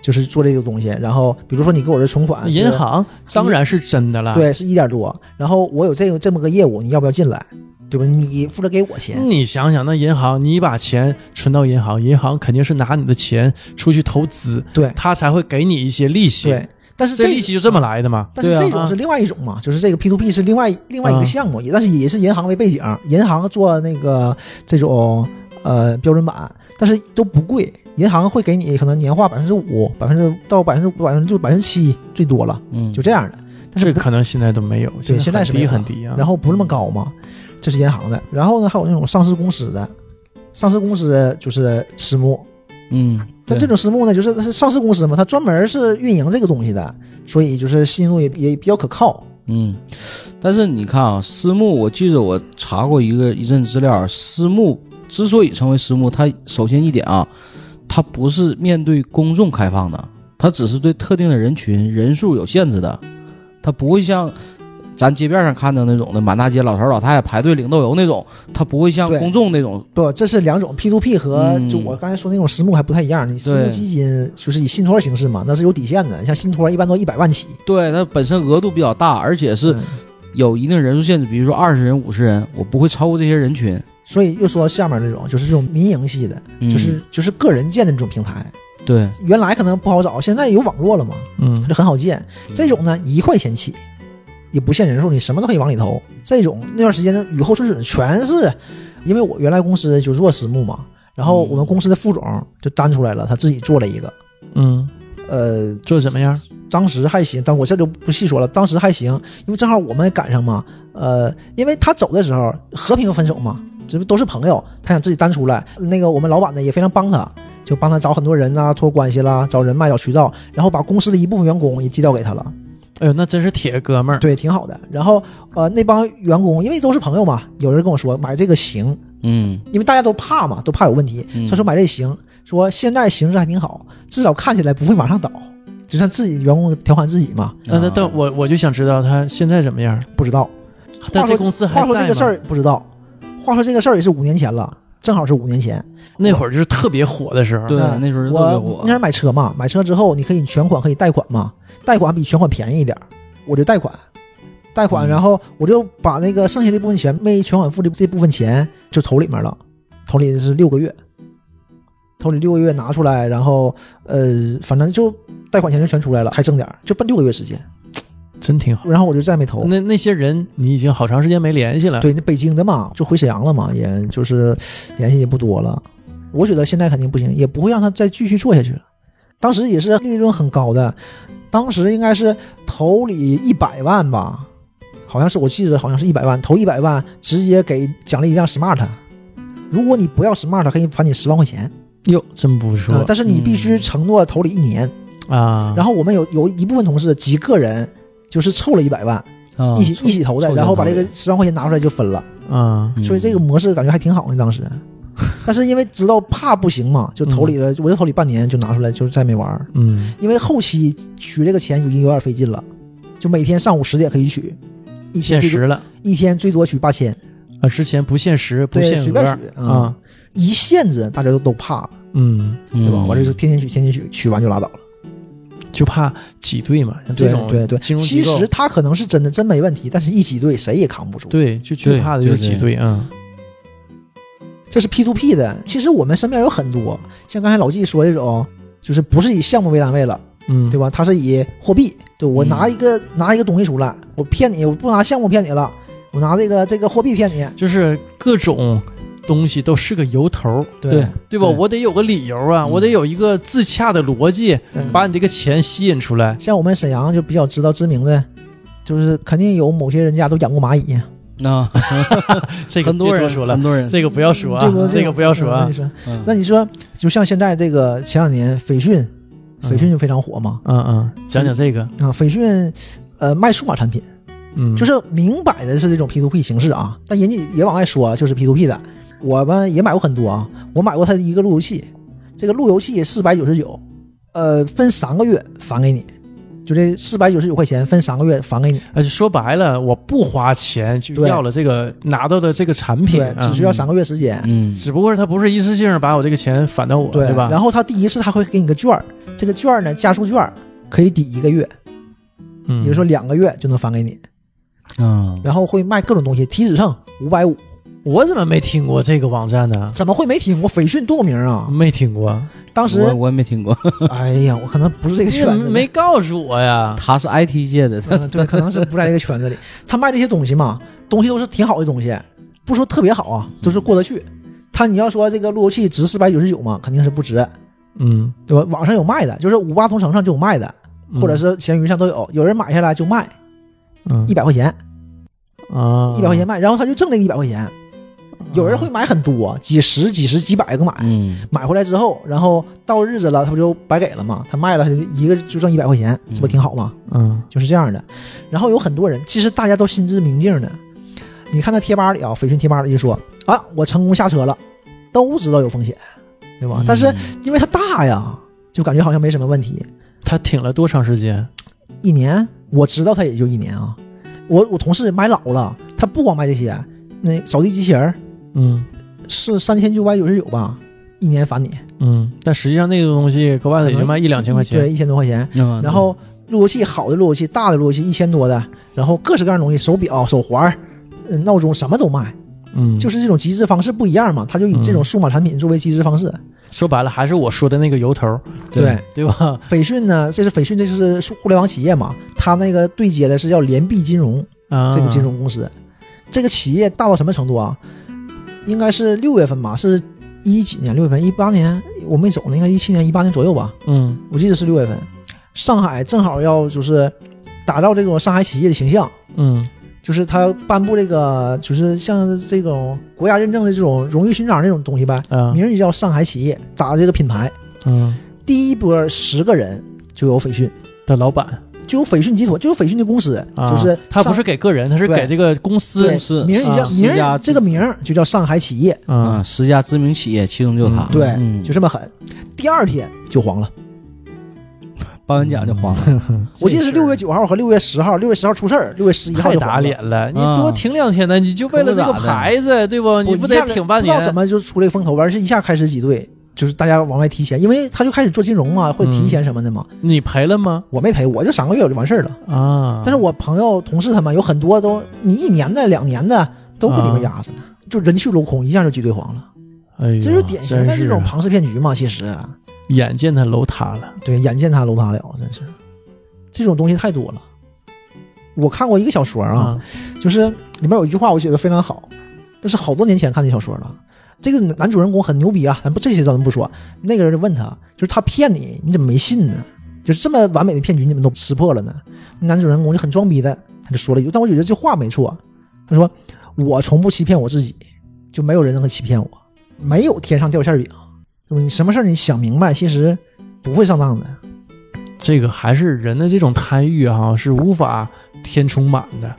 Speaker 3: 就是做这个东西。然后比如说你给我这存款是，
Speaker 1: 银行啊当然是真的了。，
Speaker 3: 对是一点多，然后我有这个这么个业务，你要不要进来？对吧？你负责给我钱，
Speaker 1: 你想想，那银行，你把钱存到银行，银行肯定是拿你的钱出去投资，
Speaker 3: 对
Speaker 1: 他才会给你一些利息。
Speaker 3: 对。但是
Speaker 1: 这
Speaker 3: 这
Speaker 1: 利息就这么来的嘛？
Speaker 3: 但是
Speaker 1: 对
Speaker 3: 这
Speaker 1: 啊
Speaker 3: 种是另外一种嘛，就是这个 P to P 是另外另外一个项目，也但是也是银行为背景，银行做那个这种呃标准版，但是都不贵，银行会给你可能年化百分之五、百分之到百分之五、百分之百分之七最多了，
Speaker 2: 嗯
Speaker 3: 就这样的。但
Speaker 1: 这
Speaker 3: 是不
Speaker 1: 可能现在都没有，
Speaker 3: 对现在
Speaker 1: 很
Speaker 3: 是
Speaker 1: 低
Speaker 3: 没有
Speaker 1: 很低啊。
Speaker 3: 然后不那么高嘛，这是银行的。然后呢，还有那种上市公司的，上市公司就是私募，
Speaker 2: 嗯，
Speaker 3: 但
Speaker 2: 对
Speaker 3: 这种私募呢，就是它是上市公司嘛，它专门是运营这个东西的，所以就是信用也也比较可靠。
Speaker 2: 嗯，但是你看啊，私募，我记得我查过一个一阵资料，私募之所以成为私募，它首先一点啊，它不是面对公众开放的，它只是对特定的人群人数有限制的，它不会像咱街面上看到那种的满大街老头老太太排队领豆油那种，它不会像
Speaker 3: 对
Speaker 2: 公众那种，
Speaker 3: 不，这是两种 P to P 和
Speaker 2: 嗯
Speaker 3: 就我刚才说那种私募还不太一样。你私募
Speaker 2: 对
Speaker 3: 基金就是以信托形式嘛，那是有底线的。像信托一般都一百万起，
Speaker 2: 对它本身额度比较大，而且是
Speaker 3: 嗯
Speaker 2: 有一定人数限制，比如说二十人、五十人，我不会超过这些人群，
Speaker 3: 所以又说下面这种就是这种民营系的，
Speaker 2: 嗯
Speaker 3: 就是就是个人建的这种平台，
Speaker 2: 对，
Speaker 3: 原来可能不好找，现在有网络了嘛，
Speaker 1: 嗯
Speaker 3: 它，就很好建。
Speaker 2: 嗯
Speaker 3: 这种呢，一块钱起，也不限人数，你什么都可以往里投。这种那段时间呢，雨后春笋全是，因为我原来公司就做私募嘛，
Speaker 2: 嗯
Speaker 3: 然后我们公司的副总就单出来了，他自己做了一个，
Speaker 1: 嗯，
Speaker 3: 呃，
Speaker 1: 做怎么样？
Speaker 3: 当时还行，但我这就不细说了。当时还行，因为正好我们赶上嘛。呃，因为他走的时候和平分手嘛，这不都是朋友，他想自己单出来。那个我们老板呢也非常帮他，就帮他找很多人呐、托关系啦，找人脉，找渠道，然后把公司的一部分员工也寄调给他了。
Speaker 1: 哎呦，那真是铁哥们儿。
Speaker 3: 对，挺好的。然后呃，那帮员工因为都是朋友嘛，有人跟我说买这个行，
Speaker 2: 嗯
Speaker 3: 因为大家都怕嘛，都怕有问题。
Speaker 2: 嗯
Speaker 3: 他说买这行，说现在形势还挺好，至少看起来不会马上倒，就算自己员工调侃自己嘛，
Speaker 1: 那那
Speaker 2: 啊
Speaker 1: 但我我就想知道他现在怎么样？
Speaker 3: 不知道。
Speaker 1: 但
Speaker 3: 话
Speaker 1: 这
Speaker 3: 说
Speaker 1: 公司还
Speaker 3: 话说
Speaker 1: 在
Speaker 3: 这个事儿不知道，话说这个事儿也是五年前了，正好是五年前。
Speaker 1: 吗那会儿就是特别火的时候。
Speaker 2: 对
Speaker 3: 嗯，
Speaker 2: 那时候是特别
Speaker 3: 我
Speaker 2: 火
Speaker 3: 那。是买车嘛，买车之后你可以全款可以贷款嘛，贷款比全款便宜一点儿，我就贷款，贷款，
Speaker 2: 嗯
Speaker 3: 然后我就把那个剩下的部分钱没全款付的这部分钱就投里面了，投里是六个月，投里六个月拿出来，然后呃，反正就贷款钱就全出来了，还剩点儿，就奔六个月时间，
Speaker 1: 真挺好。
Speaker 3: 然后我就再没投。
Speaker 1: 那那些人你已经好长时间没联系了。
Speaker 3: 对，那北京的嘛，就回沈阳了嘛，也就是联系也不多了。我觉得现在肯定不行，也不会让他再继续做下去了。当时也是利润很高的，当时应该是投里一百万吧，好像是我记得好像是一百万，投一百万直接给奖励一辆 smart。如果你不要 smart，可以返你十万块钱，
Speaker 1: 哟，真不
Speaker 3: 啊
Speaker 1: 说
Speaker 3: 但是你必须
Speaker 2: 嗯
Speaker 3: 承诺投里一年。
Speaker 1: 啊。
Speaker 3: 然后我们有有一部分同事几个人就是凑了一百万，
Speaker 2: 啊
Speaker 3: 一起一起投的，
Speaker 2: 凑
Speaker 3: 然后把
Speaker 2: 凑
Speaker 3: 这个
Speaker 2: 钱
Speaker 3: 十万块钱拿出来就分了。
Speaker 1: 啊，
Speaker 2: 嗯
Speaker 3: 所以这个模式感觉还挺好呢，当 时。但是因为知道怕不行嘛，就投里了，我就投里半年就拿出来，就再没玩儿。
Speaker 1: 嗯，
Speaker 3: 因为后期取这个钱已经有点费劲了，就每天上午十点可以取，一
Speaker 1: 限
Speaker 3: 天最多
Speaker 1: 时了
Speaker 3: 一天最多取八千，
Speaker 1: 啊，之前不限时，不
Speaker 3: 对，
Speaker 1: 限
Speaker 3: 随便
Speaker 1: 额
Speaker 3: 取
Speaker 1: 啊，
Speaker 3: 一限制大家都都怕了，
Speaker 1: 嗯，
Speaker 3: 对
Speaker 2: 对
Speaker 3: 吧？完了就天天取，天天取，取完就拉倒了。
Speaker 1: 就怕挤兑嘛，像这
Speaker 3: 对
Speaker 1: 种
Speaker 3: 对对，
Speaker 1: 金融机
Speaker 3: 其
Speaker 1: 构
Speaker 3: 实他可能是真的真没问题，但是一挤兑谁也扛不住。
Speaker 1: 对，就最怕的就是挤兑啊，
Speaker 3: 这是 P to P 的，其实我们身边有很多，像刚才老纪说这种，就是不是以项目为单位了。
Speaker 1: 嗯，
Speaker 3: 对吧？它是以货币，对我
Speaker 2: 嗯
Speaker 3: 拿一个、拿一个东西出来，我骗你，我不拿项目骗你了，我拿这个这个货币骗你，
Speaker 1: 就是各种东西都是个由头，
Speaker 2: 对
Speaker 1: 对吧？
Speaker 2: 对
Speaker 1: 我得有个理由啊，
Speaker 2: 嗯
Speaker 1: 我得有一个自洽的逻辑，
Speaker 3: 嗯
Speaker 1: 把你这个钱吸引出 来。
Speaker 3: 像我们沈阳就比较知道知名的，就是肯定有某些人家都养过蚂蚁，
Speaker 2: 那
Speaker 1: 这个
Speaker 2: 很多
Speaker 1: 别多
Speaker 2: 人
Speaker 1: 说了
Speaker 2: 很，多人
Speaker 1: 这个不要说
Speaker 3: 这个
Speaker 1: 啊，这个不要说啊
Speaker 3: 你，说，
Speaker 2: 嗯
Speaker 3: 那你说，就像现在这个前两年斐讯，
Speaker 1: 嗯
Speaker 3: 斐讯就非常火嘛
Speaker 1: 嗯嗯，讲讲这个，
Speaker 3: 啊，斐讯。呃，卖数码产品
Speaker 1: 嗯，
Speaker 3: 就是明摆的是这种 P to P 形式啊，但人家也往外说啊就是 P to P 的。我们也买过很多啊，我买过他的一个路由器，这个路由器四百九十九，呃，分三个月返给你，就这四百九十九块钱分三个月返给你，
Speaker 1: 而且哎说白了，我不花钱就
Speaker 3: 对
Speaker 1: 要了这个拿到的这个产品
Speaker 3: 对，
Speaker 1: 啊
Speaker 3: 只，需要三个月时间。
Speaker 2: 嗯
Speaker 1: 只不过是它不是一次性把我这个钱返到我，
Speaker 3: 对
Speaker 1: 对吧？
Speaker 3: 然后他第一次他会给你个券儿，这个券儿呢加速券儿可以抵一个月，
Speaker 1: 嗯
Speaker 3: 也就是说两个月就能返给你，
Speaker 2: 嗯
Speaker 3: 然后会卖各种东西，体脂秤五百五，
Speaker 1: 我怎么没听过这个网站呢？
Speaker 3: 怎么会没听过？斐讯多有名啊！
Speaker 1: 没听过，
Speaker 3: 当时
Speaker 2: 我我也没听过，
Speaker 3: 哎呀，我可能不是这个
Speaker 1: 你
Speaker 3: 圈
Speaker 1: 怎
Speaker 3: 子
Speaker 1: 么
Speaker 3: 的，
Speaker 1: 没告诉我呀？
Speaker 2: 他是 IT 界 的，他
Speaker 3: 嗯对，可能是不在这个圈子里。他卖这些东西嘛，东西都是挺好的东西，不说特别好啊，都
Speaker 1: 嗯
Speaker 3: 是过得去。他你要说这个路由器值四百九十九嘛，肯定是不值，
Speaker 1: 嗯，
Speaker 3: 对吧？网上有卖的，就是五八同城上就有卖的，
Speaker 1: 嗯
Speaker 3: 或者是闲鱼上都有，有人买下来就卖
Speaker 1: 嗯
Speaker 3: 一百块钱，
Speaker 1: 啊，
Speaker 3: 一百块钱卖，然后他就挣这个一百块钱。
Speaker 1: 嗯
Speaker 3: 有人会买很多，几十、几十、几百个买，
Speaker 2: 嗯
Speaker 3: 买回来之后，然后到日子了，他不就白给了吗？他卖了，他就一个就挣一百块钱，这不挺好吗？
Speaker 1: 嗯，
Speaker 3: 就是这样的。然后有很多人，其实大家都心知明镜的。你看那贴吧里啊，斐讯贴吧里就说啊，我成功下车了，都知道有风险，对吧？
Speaker 1: 嗯
Speaker 2: 嗯
Speaker 3: 但是因为它大呀，就感觉好像没什么问题。
Speaker 1: 他挺了多长时间？
Speaker 3: 一年，我知道它也就一年啊。我我同事买老了，他不光卖这些，那扫地机器人儿
Speaker 1: 嗯
Speaker 3: 是三千九百九十九吧，一年返你
Speaker 1: 嗯，但实际上那个东西搁外头也就卖一两千块钱，
Speaker 3: 对，一千多块钱。
Speaker 2: 嗯
Speaker 3: 然后路由器好的路由器，大的路由器一千多的，然后各式各样的东西，手表、手环儿、呃闹钟什么都卖，
Speaker 1: 嗯，
Speaker 3: 就是这种集资方式不一样嘛，他就以这种数码产品作为集资方式。
Speaker 1: 说白了还是我说的那个由头，
Speaker 2: 对，
Speaker 1: 对吧？
Speaker 3: 斐讯呢，这是斐讯，这是互联网企业嘛，它那个对接的是叫联币金融
Speaker 1: 啊，
Speaker 3: 这个金融公司，这个企业大到什么程度啊？应该是六月份吧，是一几年？六月份？一八年？我没走呢，应该一七年、一八年左右吧。
Speaker 1: 嗯，
Speaker 3: 我记得是六月份，上海正好要就是打造这种上海企业的形象，
Speaker 1: 嗯
Speaker 3: 就是他颁布这个就是像这种国家认证的这种荣誉勋章这种东西呗，
Speaker 1: 嗯啊
Speaker 3: 名儿就叫上海企业，打这个品牌，
Speaker 1: 嗯
Speaker 3: 第一波十个人就有斐讯，
Speaker 1: 的老板，
Speaker 3: 就有斐讯集团，就有斐讯的公司，
Speaker 1: 啊
Speaker 3: 就是
Speaker 1: 他不
Speaker 3: 上
Speaker 1: 是给个人，他是
Speaker 3: 对
Speaker 1: 给这个公
Speaker 3: 对
Speaker 1: 司，
Speaker 2: 司
Speaker 3: 名儿就
Speaker 1: 啊
Speaker 3: 叫名
Speaker 2: 私家
Speaker 3: 儿，
Speaker 2: 公司
Speaker 3: 这个名儿就叫上海企业，
Speaker 1: 嗯
Speaker 2: 啊，十家知名企业，其中就有他，
Speaker 1: 嗯
Speaker 3: 对，
Speaker 2: 嗯
Speaker 3: 就这么狠。第二天就黄了，
Speaker 2: 颁完奖就黄了，
Speaker 3: 我记得是六月九号和六月十号，六月十号出事儿，六月十一号
Speaker 1: 太
Speaker 3: 就黄了
Speaker 1: 打。脸了！你
Speaker 2: 啊
Speaker 3: 嗯
Speaker 1: 多停两天呢，你就为了这个牌子，对不？你
Speaker 3: 不
Speaker 1: 得挺半
Speaker 3: 不知
Speaker 1: 年
Speaker 3: 道？怎么就出这个风头，而是一下开始挤兑，就是大家往外提钱，因为他就开始做金融嘛，会提钱什么的嘛。
Speaker 1: 你赔了吗？
Speaker 3: 我没赔，我就三个月我就完事儿了。
Speaker 1: 啊！
Speaker 3: 啊但是我朋友、同事他们有很多都你一年的、两年的都不里面压着呢，就人去楼空，一下就挤兑黄
Speaker 1: 嗯
Speaker 3: 了。
Speaker 1: 哎呦，
Speaker 3: 这就是典型的
Speaker 1: 真是
Speaker 3: 这种
Speaker 1: 啊
Speaker 3: 庞氏骗局嘛，其实
Speaker 1: 眼见他楼塌了，
Speaker 3: 对，眼见他楼塌了，真是这种东西太多了。我看过一个小说啊，
Speaker 1: 啊
Speaker 3: 就是里面有一句话，我觉得非常好，但是好多年前看的小说了。这个男主人公很牛逼啊，咱不这些咱不说。那个人就问他，就是他骗你，你怎么没信呢？就是这么完美的骗局，你们都识破了呢？男主人公就很装逼的，他就说了一句，但我觉得这话没错。他说：“我从不欺骗我自己，就没有人能够欺骗我，没有天上掉馅儿饼，对吧？你什么事儿你想明白，其实不会上当的。
Speaker 1: 这个还是人的这种贪欲哈、是无法填充满的。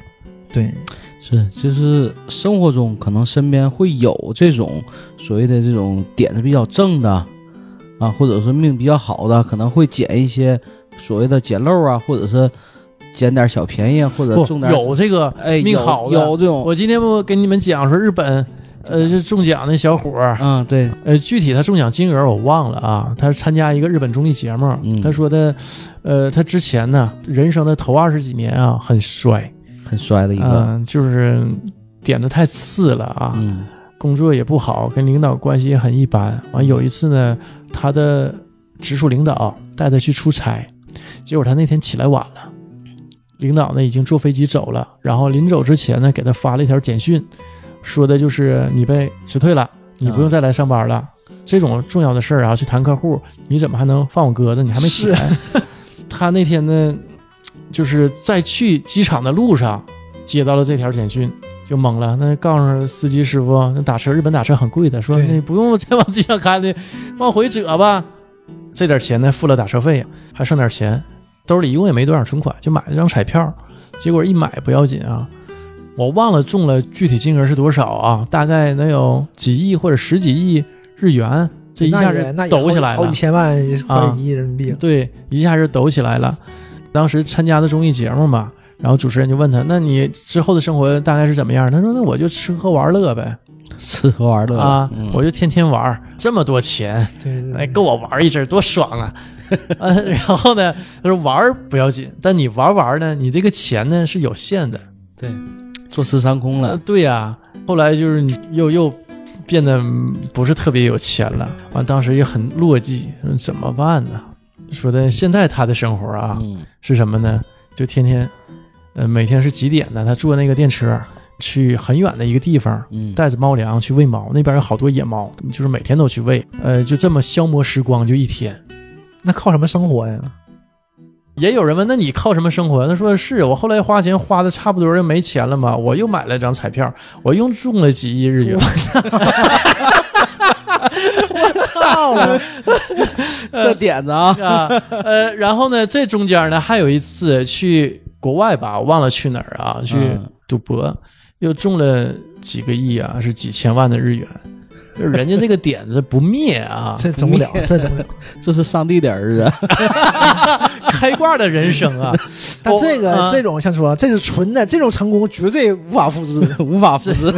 Speaker 3: 对，
Speaker 2: 是就是生活中可能身边会有这种所谓的这种点子比较正的啊，或者是命比较好的，可能会捡一些所谓的捡漏啊，或者是捡点小便宜啊，或者
Speaker 1: 不
Speaker 2: 中点
Speaker 1: 有这个，
Speaker 2: 哎
Speaker 1: 命
Speaker 2: 有
Speaker 1: 好的
Speaker 2: 有这种
Speaker 1: 我今天不跟你们讲说日本，呃，这中奖那小伙儿，
Speaker 2: 嗯对
Speaker 1: 呃，具体他中奖金额我忘了啊。他参加一个日本综艺节目，
Speaker 2: 嗯
Speaker 1: 他说的，呃，他之前呢，人生的头二十几年啊，很衰，
Speaker 2: 很衰的一
Speaker 1: 嗯、
Speaker 2: 个
Speaker 1: 就是点的太次了啊，
Speaker 2: 嗯
Speaker 1: 工作也不好，跟领导关系也很一般。完有一次呢，他的直属领导带他去出差，结果他那天起来晚了，领导呢已经坐飞机走了，然后临走之前呢给他发了一条简讯，说的就是你被辞退了，你
Speaker 2: 嗯
Speaker 1: 不用再来上班了。这种重要的事儿啊，去谈客户，你怎么还能放我鸽子？你还没起来？他那天呢，就是在去机场的路上接到了这条简讯，就懵了。那告诉司机师傅，那打车日本打车很贵的，说
Speaker 3: 对
Speaker 1: 那不用再往机场开了，往回折吧。这点钱呢，付了打车费，啊还剩点钱，兜里一共也没多少存款，就买了张彩票。结果一买不要紧啊，我忘了中了具体金额是多少啊，大概能有几亿或者十几亿日元，这一下
Speaker 3: 那
Speaker 1: 子
Speaker 3: 也那也
Speaker 1: 抖起
Speaker 3: 好
Speaker 1: 来
Speaker 3: 好
Speaker 1: 了
Speaker 3: 几。千万，快
Speaker 1: 啊
Speaker 3: 一亿人民币了。
Speaker 1: 对，一下就抖起来了。当时参加的综艺节目嘛，然后主持人就问他：“那你之后的生活大概是怎么样？”他说：“那我就吃喝玩乐呗，
Speaker 2: 吃喝玩乐
Speaker 1: 啊，
Speaker 2: 嗯
Speaker 1: 我就天天玩儿，这么多钱，
Speaker 3: 对对
Speaker 1: 哎，
Speaker 3: 对，
Speaker 1: 够我玩儿一阵儿，多爽 啊！”呃，然后呢，他说玩儿不要紧，但你玩儿玩儿呢，你这个钱呢是有限的。
Speaker 2: 对坐吃山空
Speaker 1: 呃
Speaker 2: 了，
Speaker 1: 对呀、后来就是你又又变得嗯不是特别有钱了，完当时也很落寂，嗯怎么办呢？说的现在他的生活啊，
Speaker 2: 嗯，
Speaker 1: 是什么呢？就天天，呃，每天是几点呢？他坐那个电车去很远的一个地方，
Speaker 2: 嗯，
Speaker 1: 带着猫粮去喂猫，那边有好多野猫，就是每天都去喂，呃，就这么消磨时光，就一天。
Speaker 3: 那靠什么生活呀？
Speaker 1: 也有人问，那你靠什么生活？他说是我后来花钱花的差不多就没钱了嘛，我又买了张彩票，我又中了几亿日元，
Speaker 3: 操了！
Speaker 2: 这点子啊，
Speaker 1: 啊，呃，然后呢，这中间呢，还有一次去国外吧，我忘了去哪儿啊，去
Speaker 2: 嗯
Speaker 1: 赌博，又中了几个亿啊，是几千万的日元，就人家这个点子不灭 啊
Speaker 3: ，这整不了，这整不了。
Speaker 2: 这是上帝的儿子，
Speaker 1: 开挂的人生 啊，
Speaker 3: 但
Speaker 1: 我
Speaker 3: 这个
Speaker 1: 啊
Speaker 3: 这种像说，这是纯的，这种成功绝对无法复制。
Speaker 1: 呃
Speaker 2: 无法复制。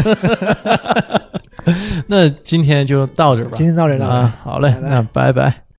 Speaker 1: 那今天就到这儿吧
Speaker 3: 今，天到这儿了。
Speaker 1: 啊，好嘞
Speaker 3: 拜，拜
Speaker 1: 那拜拜。